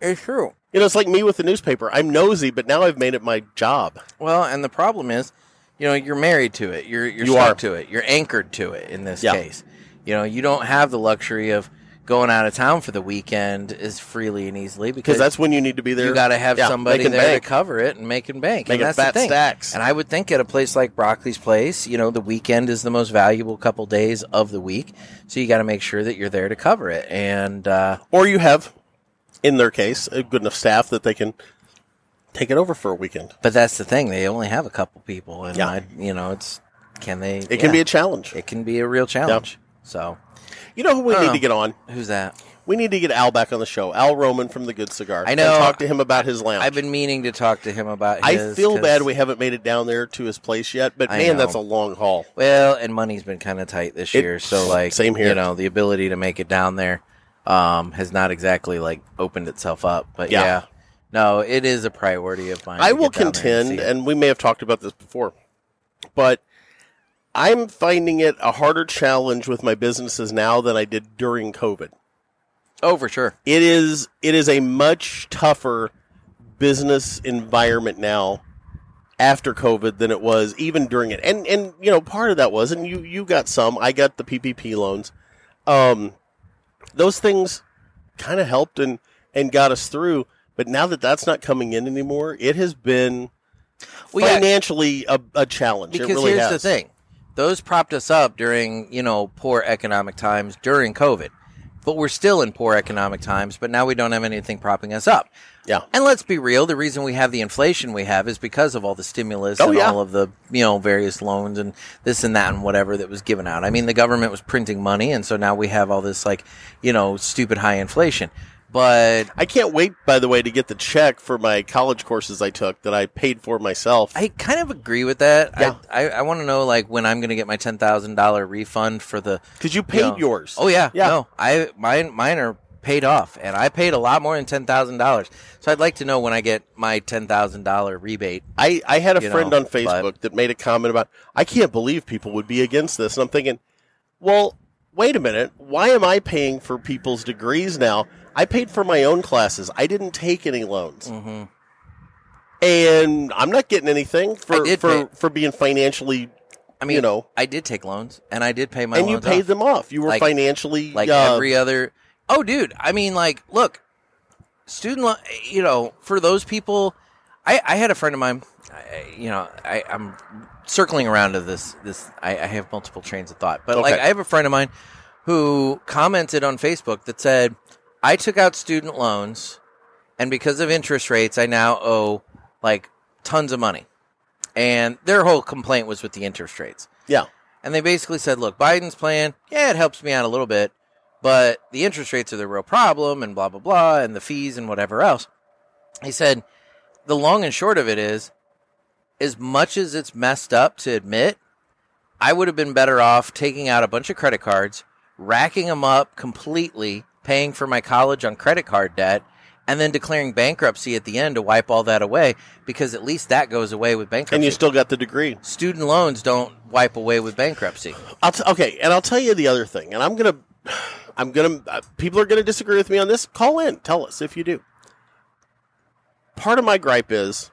S1: It's true.
S3: You know, it's like me with the newspaper. I'm nosy, but now I've made it my job.
S1: Well, and the problem is, you know, you're married to it. You're you're
S3: You
S1: stuck
S3: are.
S1: to it. You're anchored to it in this
S3: Yeah.
S1: case. You know, you don't have the luxury of going out of town for the weekend as freely and easily because
S3: because that's when you need to be there.
S1: you got to have
S3: Yeah,
S1: somebody
S3: making
S1: there
S3: bank.
S1: to cover it and making bank.
S3: Making
S1: and that's
S3: fat
S1: the thing.
S3: stacks.
S1: And I would think at a place like Broccoli's Place, you know, the weekend is the most valuable couple days of the week, so you got to make sure that you're there to cover it. And uh,
S3: or you have, in their case, a good enough staff that they can take it over for a weekend.
S1: but that's the thing; they only have a couple people, and
S3: Yeah.
S1: I, you know, it's can they?
S3: It can be a challenge.
S1: it can be a real challenge. So
S3: You know who we need to get on?
S1: who's that?
S3: We need to get Al back on the show. Al Roman from the Good Cigar.
S1: I know.
S3: And talk to him about his lounge.
S1: I've been meaning to talk to him about.
S3: I
S1: his,
S3: feel
S1: 'cause-
S3: bad we haven't made it down there to his place yet, but
S1: I
S3: man,
S1: know.
S3: that's a long haul.
S1: Well, and money's been kind of tight this
S3: It-
S1: year, so like
S3: same here.
S1: You know, the ability to make it down there um, has not exactly like opened itself up. But yeah,
S3: Yeah.
S1: no, it is a priority of mine.
S3: I
S1: to
S3: will
S1: get down there
S3: contend,
S1: see
S3: and,
S1: it.
S3: we may have talked about this before, but I'm finding it a harder challenge with my businesses now than I did during COVID.
S1: oh for sure,
S3: It is it is a much tougher business environment now after COVID than it was even during it. And and you know, part of that was and you you got some, I got the PPP loans. Um those things kind of helped and and got us through, but now that that's not coming in anymore, it has been
S1: Well, yeah.
S3: financially a, a challenge.
S1: because
S3: it really
S1: here's
S3: has.
S1: the thing: those propped us up during you know poor economic times during COVID, but we're still in poor economic times. But now we don't have anything propping us up.
S3: Yeah.
S1: And let's be real, the reason we have the inflation we have is because of all the stimulus
S3: Oh,
S1: and
S3: yeah.
S1: all of the, you know, various loans and this and that and whatever that was given out. I mean, the government was printing money and so now we have all this like, you know, stupid high inflation. But
S3: I can't wait, by the way, to get the check for my college courses I took that I paid for myself.
S1: I kind of agree with that.
S3: Yeah.
S1: I, I, I want to know like when I'm going to get my $10,000 refund for the
S3: Because you paid
S1: know.
S3: yours.
S1: Oh yeah,
S3: Yeah.
S1: No, I mine mine are paid off, and I paid a lot more than ten thousand dollars. So I'd like to know when I get my ten thousand dollar rebate.
S3: I, I had a
S1: You
S3: friend
S1: know,
S3: on Facebook
S1: but-
S3: that made a comment about, I can't believe people would be against this. And I'm thinking, well, wait a minute. Why am I paying for people's degrees now? I paid for my own classes. I didn't take any loans. And I'm not getting anything
S1: Mm-hmm. I
S3: for,
S1: did
S3: for,
S1: pay-
S3: for being financially,
S1: I mean,
S3: you know,
S1: I did take loans, and I did pay my.
S3: and you
S1: loans
S3: paid
S1: off.
S3: them off. You were
S1: Like-
S3: financially
S1: like
S3: uh,
S1: every other. Oh, dude. I mean, like, look, student loan. You know, for those people, I, I had a friend of mine. I, you know, I, I'm circling around to this. This I, I have multiple trains of thought, but like,
S3: Okay.
S1: I have a friend of mine who commented on Facebook that said, "I took out student loans, and because of interest rates, I now owe like tons of money." And their whole complaint was with the interest rates.
S3: yeah.
S1: And they basically said, look, Biden's plan, yeah, it helps me out a little bit, but the interest rates are the real problem and blah, blah, blah, and the fees and whatever else. He said, the long and short of it is, as much as it's messed up to admit, I would have been better off taking out a bunch of credit cards, racking them up completely, paying for my college on credit card debt, and then declaring bankruptcy at the end to wipe all that away because at least that goes away with bankruptcy.
S3: And you still got the degree.
S1: Student loans don't wipe away with bankruptcy.
S3: I'll t- okay, and I'll tell you the other thing, and I'm gonna, I'm gonna. Uh, people are gonna disagree with me on this. Call in, tell us if you do. Part of my gripe is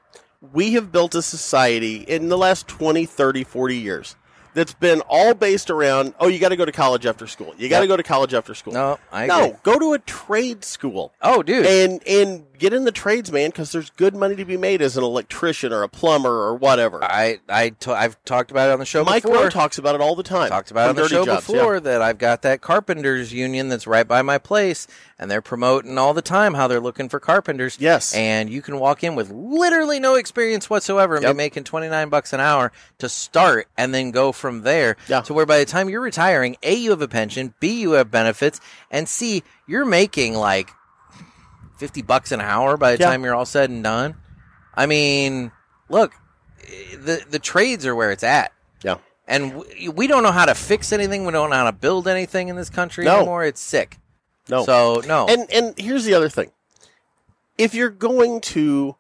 S3: we have built a society in the last 20, 30, 40 years that's been all based around oh, you got to go to college after school. You got to
S1: Yep.
S3: go to college after school.
S1: No, I
S3: no,
S1: agree.
S3: go to a trade school.
S1: Oh, dude.
S3: And and get in the trades, man, because there's good money to be made as an electrician or a plumber or whatever.
S1: I I t- I've talked about it on the show
S3: Mike
S1: Uh, before.
S3: Rowe talks about it all the time.
S1: talked about it on
S3: from
S1: the
S3: Dirty
S1: show
S3: Jobs, yeah.
S1: before that I've got that carpenters union that's right by my place, and they're promoting all the time how they're looking for carpenters.
S3: Yes.
S1: and you can walk in with literally no experience whatsoever and
S3: Yep.
S1: be making twenty nine bucks an hour to start, and then go from there.
S3: Yeah.
S1: To where by the time you're retiring, a you have a pension, b you have benefits, and c you're making like fifty bucks an hour by the
S3: Yeah.
S1: time you're all said and done. I mean, look, the the trades are where it's at
S3: Yeah.
S1: and w- we don't know how to fix anything. We don't know how to build anything in this country
S3: No.
S1: anymore. It's sick.
S3: No.
S1: So no.
S3: And and here's the other thing. If you're going to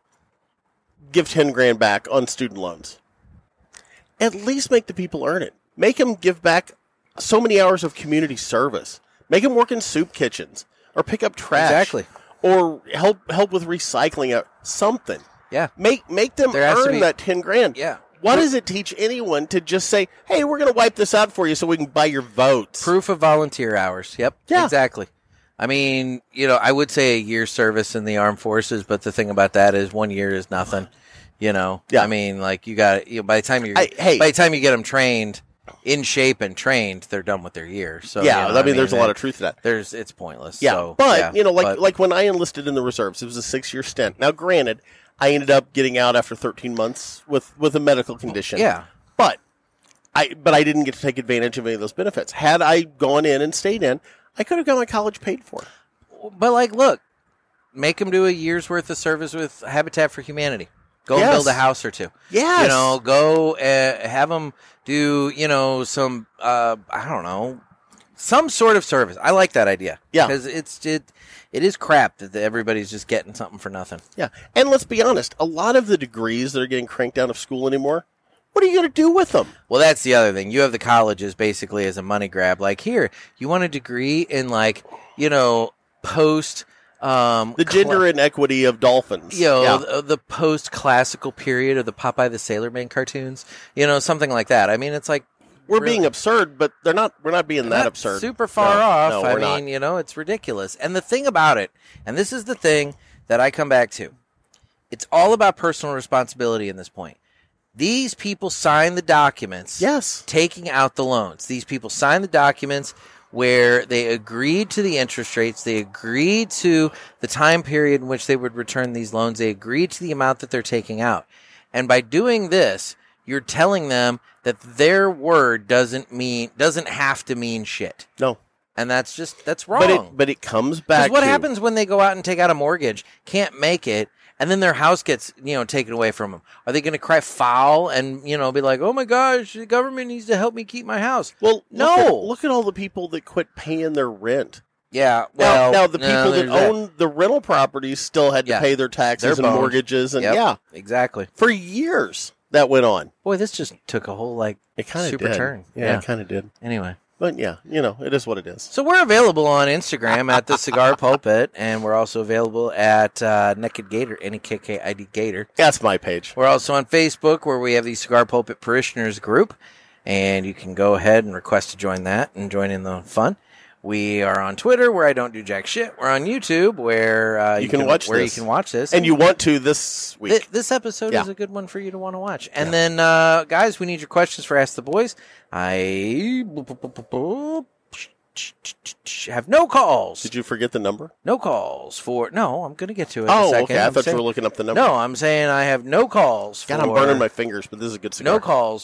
S3: give 10 grand back on student loans, at least make the people earn it. Make them give back so many hours of community service. Make them work in soup kitchens or pick up trash.
S1: Exactly.
S3: Or help help with recycling or something.
S1: yeah.
S3: Make make them
S1: There has to
S3: earn
S1: be-
S3: that 10 grand.
S1: Yeah.
S3: What does it teach anyone to just say, "Hey, we're going to wipe this out for you so we can buy your votes?"
S1: Proof of volunteer hours. Yep.
S3: Yeah.
S1: Exactly. I mean, you know, I would say a year service in the armed forces, but the thing about that is one year is nothing. You know,
S3: Yeah.
S1: I mean, like you got you know, by the time you
S3: I- hey.
S1: by the time you get them trained, in shape and trained, they're done with their year. So
S3: yeah,
S1: you know,
S3: I, mean, there's a lot
S1: it-
S3: of truth to that.
S1: There's it's pointless.
S3: Yeah,
S1: so,
S3: but
S1: yeah,
S3: you know, like
S1: but-
S3: like when I enlisted in the reserves, it was a six year stint. Now, granted, I ended up getting out after 13 months with with a medical condition.
S1: yeah,
S3: but I but I didn't get to take advantage of any of those benefits. Had I gone in and stayed in, I could have got my college paid for.
S1: but like, look, make them do a year's worth of service with Habitat for Humanity. Go
S3: Yes.
S1: build a house or two.
S3: Yes,
S1: You know, go uh, have them do, you know, some, uh, I don't know, some sort of service. I like that idea.
S3: Yeah.
S1: Because it's, it, it is crap that everybody's just getting something for nothing.
S3: yeah. And let's be honest, a lot of the degrees that are getting cranked out of school anymore, what are you going to do with them?
S1: Well, that's the other thing. You have the colleges basically as a money grab. Like, here, you want a degree in, like, you know, post, um,
S3: The gender inequity of dolphins.
S1: you know,
S3: Yeah.
S1: the, the post classical period of the Popeye the Sailor Man cartoons, you know, something like that. I mean, it's like,
S3: we're
S1: really-
S3: being absurd, but they're not. We're not being that
S1: not
S3: absurd.
S1: Super far
S3: No,
S1: off.
S3: No,
S1: I
S3: we're
S1: mean, you know, it's ridiculous. And the thing about it, and this is the thing that I come back to, it's all about personal responsibility in this point. These people sign the documents
S3: yes.
S1: taking out the loans. These people signed the documents where they agreed to the interest rates, they agreed to the time period in which they would return these loans, they agreed to the amount that they're taking out. And by doing this, you're telling them that their word doesn't mean doesn't have to mean shit.
S3: No,
S1: And that's just that's wrong.
S3: but it but it comes back.
S1: Because what
S3: to-
S1: happens when they go out and take out a mortgage, can't make it, and then their house gets you know taken away from them? Are they going to cry foul and you know be like, oh my gosh, the government needs to help me keep my house?
S3: Well,
S1: No.
S3: Look at, look at all the people that quit paying their rent.
S1: Yeah.
S3: Now,
S1: Well,
S3: now the
S1: no,
S3: people that
S1: there's that.
S3: own the rental properties still had to
S1: Yeah.
S3: pay their
S1: They're
S3: taxes and
S1: boned.
S3: mortgages, and
S1: Yep,
S3: yeah,
S1: exactly.
S3: for years that went on.
S1: Boy, this just took a whole like
S3: It kind of
S1: super
S3: did.
S1: turn.
S3: Yeah, it kind of did.
S1: Anyway.
S3: But yeah, you know, it is what it is.
S1: So we're available on Instagram at the
S3: *laughs*
S1: Cigar Pulpit, and we're also available at uh, Naked Gator, N E K K I D Gator.
S3: That's my page.
S1: We're also on Facebook where we have the Cigar Pulpit Parishioners group, and you can go ahead and request to join that and join in the fun. We are on Twitter where I don't do jack shit. We're on YouTube where uh,
S3: You can watch
S1: where
S3: this.
S1: you can watch this.
S3: And you want to this week?
S1: Thi- this episode
S3: Yeah.
S1: is a good one for you to want to watch. And then, uh, guys, we need your questions for Ask the Boys. I have no calls.
S3: Did you forget the number?
S1: No calls for. No, I'm going to get to it. in a
S3: Oh,
S1: second.
S3: okay. I
S1: I'm
S3: thought you
S1: saying-
S3: were looking up the number.
S1: No, I'm saying I have no calls.
S3: God,
S1: for,
S3: I'm burning my fingers, but this is a good cigar.
S1: no calls